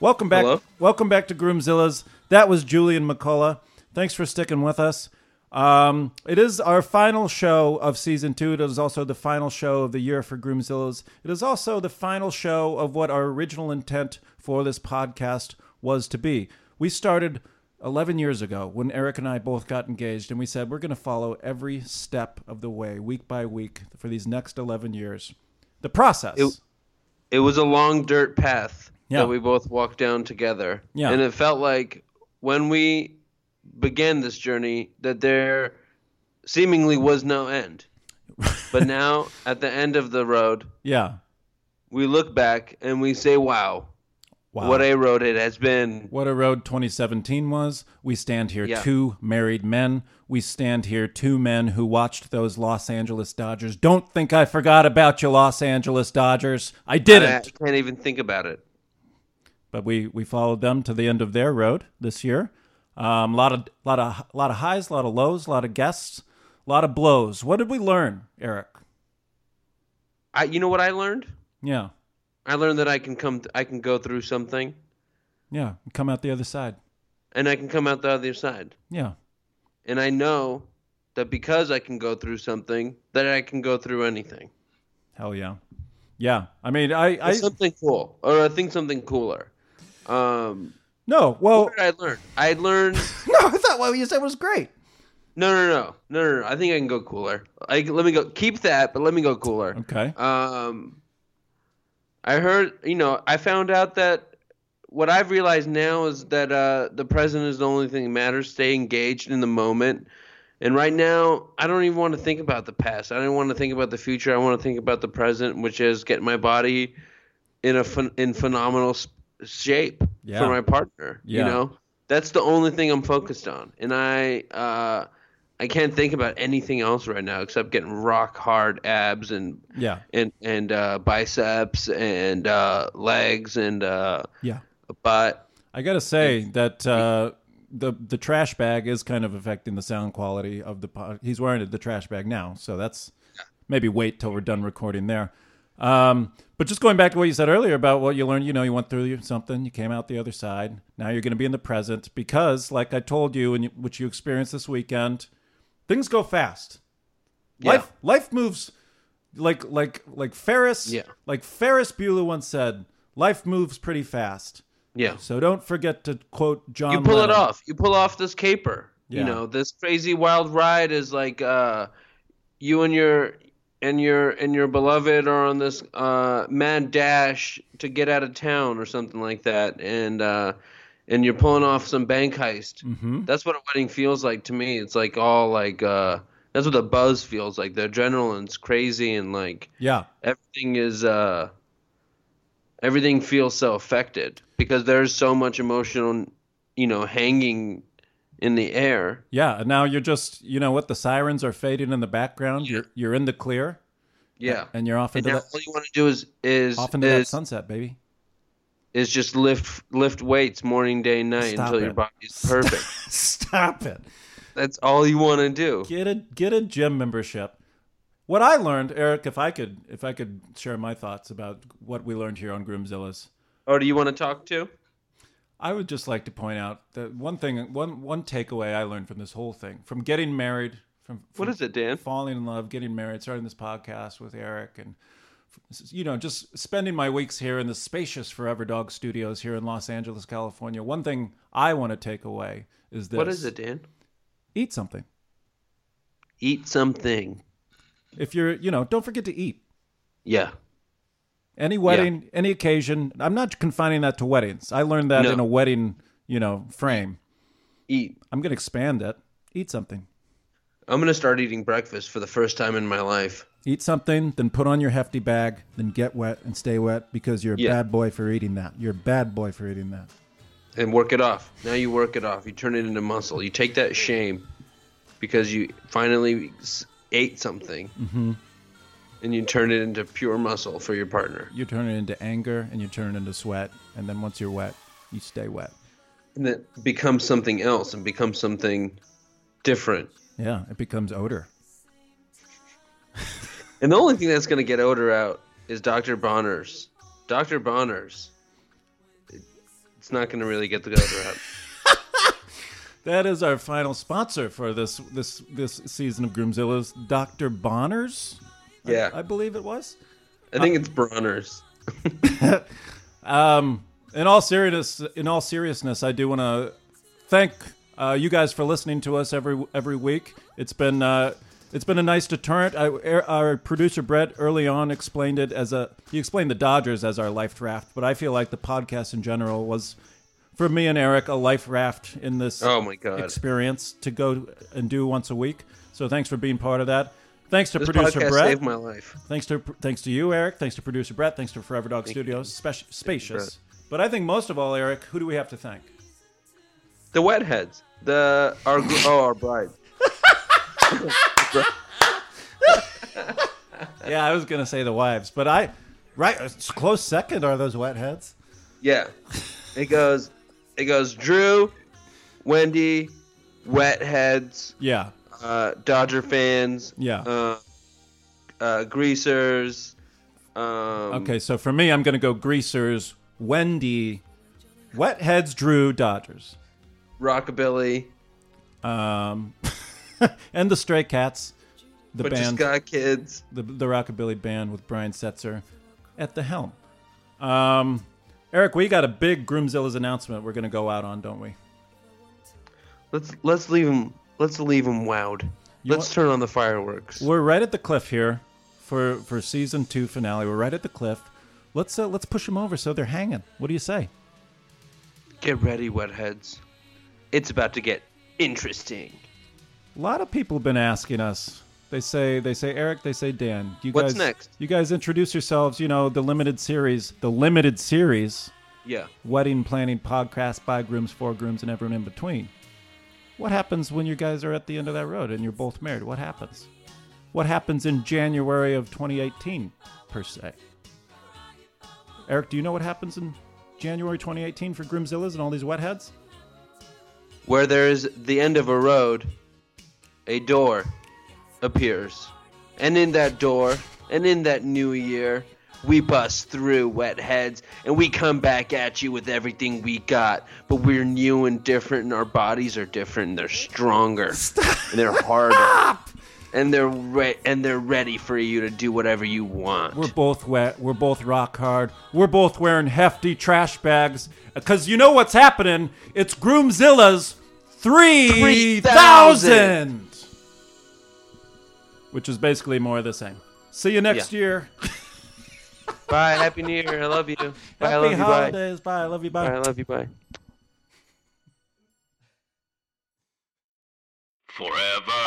Welcome back.
Hello?
Welcome back to Groomzilla's. That was Julian McCullough. Thanks for sticking with us. Um, it is our final show of season two. It is also the final show of the year for Groomzilla's. It is also the final show of what our original intent for this podcast was to be. We started 11 years ago when Eric and I both got engaged, and we said we're going to follow every step of the way, week by week, for these next 11 years. The process.
It- It was a long dirt path
Yeah.
that we both walked down together.
Yeah.
And it felt like when we began this journey that there seemingly was no end. but now, at the end of the road,
yeah.
we look back and we say, wow,
Wow.
what a road it has been.
What a road 2017 was. We stand here,
Yeah.
two married men. We stand here, two men who watched those Los Angeles Dodgers. Don't think I forgot about you, Los Angeles Dodgers. I
I
didn't.
can't even think about it.
But we, we followed them to the end of their road this year. Um, lot of lot of lot of highs, lot of lows, lot of guests, lot of blows. What did we learn, Eric?
I, you know what I learned?
Yeah,
I learned that I can come, th- I can go through something,
yeah. Come out the other side.
and I can come out the other side.
Yeah,
And I know that because I can go through something, that I can go through anything.
hell yeah, yeah. I mean, I,
Or
I
something cool, or I think something cooler. Um,
no. Well,
what did I learn? I learned.
no. I thought what you said was great.
No, no, no, no, no, no. I think I can go cooler. Like, let me go. Keep that, but let me go cooler.
Okay.
Um, I heard, you know, I found out that what I've realized now is that uh, the present is the only thing that matters. Stay engaged in the moment. And right now, I don't even want to think about the past. I don't want to think about the future. I want to think about the present, which is getting my body in a phen- in phenomenal s- shape
Yeah.
for my partner.
Yeah.
You know, that's the only thing I'm focused on. And I uh, I can't think about anything else right now except getting rock hard abs and
Yeah,
and and uh, biceps and uh, legs and uh,
yeah.
a butt.
I gotta say that uh, the the trash bag is kind of affecting the sound quality of the. pod He's wearing it, the trash bag now, so that's maybe wait till we're done recording there. Um, but just going back to what you said earlier about what you learned, you know, you went through something, you came out the other side. Now you're going to be in the present because, like I told you, and you- which you experienced this weekend, things go fast.
Yeah.
Life life moves like like like Ferris.
Yeah.
Like Ferris Bueller once said, life moves pretty fast.
Yeah,
So don't forget to quote John.
you pull it
Lennon.
off. You pull off this caper.
Yeah.
You know, this crazy wild ride is like uh, you and your and your and your beloved are on this uh, mad dash to get out of town or something like that, and uh, and you're pulling off some bank heist.
Mhm.
That's what a wedding feels like to me. It's like all like uh, that's what the buzz feels like. The adrenaline's crazy and like
Yeah,
everything is uh everything feels so affected because there's so much emotional you know hanging in the air
yeah. And now you're just, you know what? The sirens are fading in the background. You're you're in the clear,
yeah
and you're off
and
into
now
that,
all you want to do is is
off into that
is,
sunset, baby.
is just lift lift weights morning day night
Stop
until your
it.
body's perfect
Stop it.
that's all you want to do
Get a get a gym membership. What I learned, Eric, if I could, if I could share my thoughts about what we learned here on Groomzilla's,
Or do you want to talk to?
I would just like to point out that one thing, one one takeaway I learned from this whole thing, from getting married, from, from
What is it, Dan?
falling in love, getting married, starting this podcast with Eric, and you know, just spending my weeks here in the spacious Forever Dog Studios here in Los Angeles, California. One thing I want to take away is this:
What is it, Dan?
Eat something.
Eat something.
If you're, you know, don't forget to eat.
Yeah.
Any wedding, any occasion. I'm not confining that to weddings. I learned that
No.
in a wedding, you know, frame.
Eat.
I'm going to expand it. Eat something.
I'm going to start eating breakfast for the first time in my life.
Eat something, then put on your hefty bag, then get wet and stay wet because you're a
Yeah.
bad boy for eating that. You're a bad boy for eating that.
and work it off. Now you work it off. You turn it into muscle. You take that shame because you finally s- ate something, mm-hmm. and you turn it into pure muscle for your partner.
You turn it into anger and you turn it into sweat. And then once you're wet, you stay wet.
And that becomes something else and becomes something different.
Yeah, it becomes odor.
And the only thing that's going to get odor out is Dr. Bonner's. Dr. Bonner's. It's not going to really get the odor out.
That is our final sponsor for this this this season of Groomzilla's Dr. Bonner's,
Yeah,
I believe it was.
I think it's Bronner's.
Um, in all seriousness, in all seriousness, I do want to thank uh, you guys for listening to us every every week. It's been uh, it's been a nice deterrent. I, er- our producer Brett early on explained it as a he explained the Dodgers as our life raft, but I feel like the podcast in general was for me and Eric a life raft in this
Oh my God!
experience to go and do once a week. So thanks for being part of that. Thanks to
This
producer
podcast
Brett.
saved my life.
Thanks to thanks to you, Eric. Thanks to producer Brett. Thanks to Forever Dog Studios. Spec- spacious. but I think most of all, Eric, who do we have to thank?
The wetheads. The our gr- oh our brides.
Yeah, I was gonna say the wives, but I, right, it's close second are those wetheads.
Yeah. It goes it goes Drew, Wendy, Wetheads,
Yeah,
uh, Dodger fans,
Yeah.
uh, uh, greasers, um,
Okay, so for me, I'm gonna go Greasers, Wendy, Wetheads, Drew, Dodgers,
rockabilly,
um, and the Stray Cats, the
but
band,
just got kids.
the the rockabilly band with Brian Setzer at the helm. Um, Eric, we got a big Groomzilla's announcement. We're gonna go out on, don't we?
Let's let's leave them let's leave them wowed. let's
want-
turn on the fireworks.
We're right at the cliff here for for season two finale. We're right at the cliff. Let's uh, let's push them over so they're hanging. What do you say?
Get ready, wetheads. It's about to get interesting.
A lot of people have been asking us. They say they say Eric. They say Dan. You
What's
guys,
next?
You guys introduce yourselves. You know the limited series. The limited series
Yeah.
wedding planning podcast by grooms for grooms and everyone in between. What happens when you guys are at the end of that road and you're both married? What happens? What happens in January of 2018 per se? Eric, do you know what happens in January 2018 for Groomzillas and all these wetheads?
Where there is the end of a road, a door appears. And in that door, and in that new year, we bust through wet heads and we come back at you with everything we got. But we're new and different, and our bodies are different, and they're stronger, and they're harder, and they're re- and they're ready for you to do whatever you want.
We're both wet. We're both rock hard. We're both wearing hefty trash bags. Because you know what's happening? It's Groomzilla's 3000! Which is basically more of the same. See you next
Yeah.
year.
bye, happy new year. I love you. Bye, I love
Happy
you. Bye.
holidays. Bye. I love you. Bye.
bye. I love you. Bye.
Forever.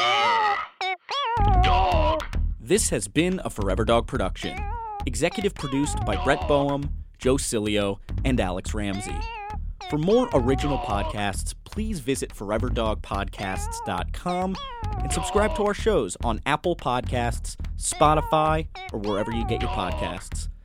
Dog.
This has been a Forever Dog production. Executive produced by Brett Boehm, Joe Cilio, and Alex Ramsey. For more original podcasts, please visit foreverdogpodcasts.com and subscribe to our shows on Apple Podcasts, Spotify, or wherever you get your podcasts.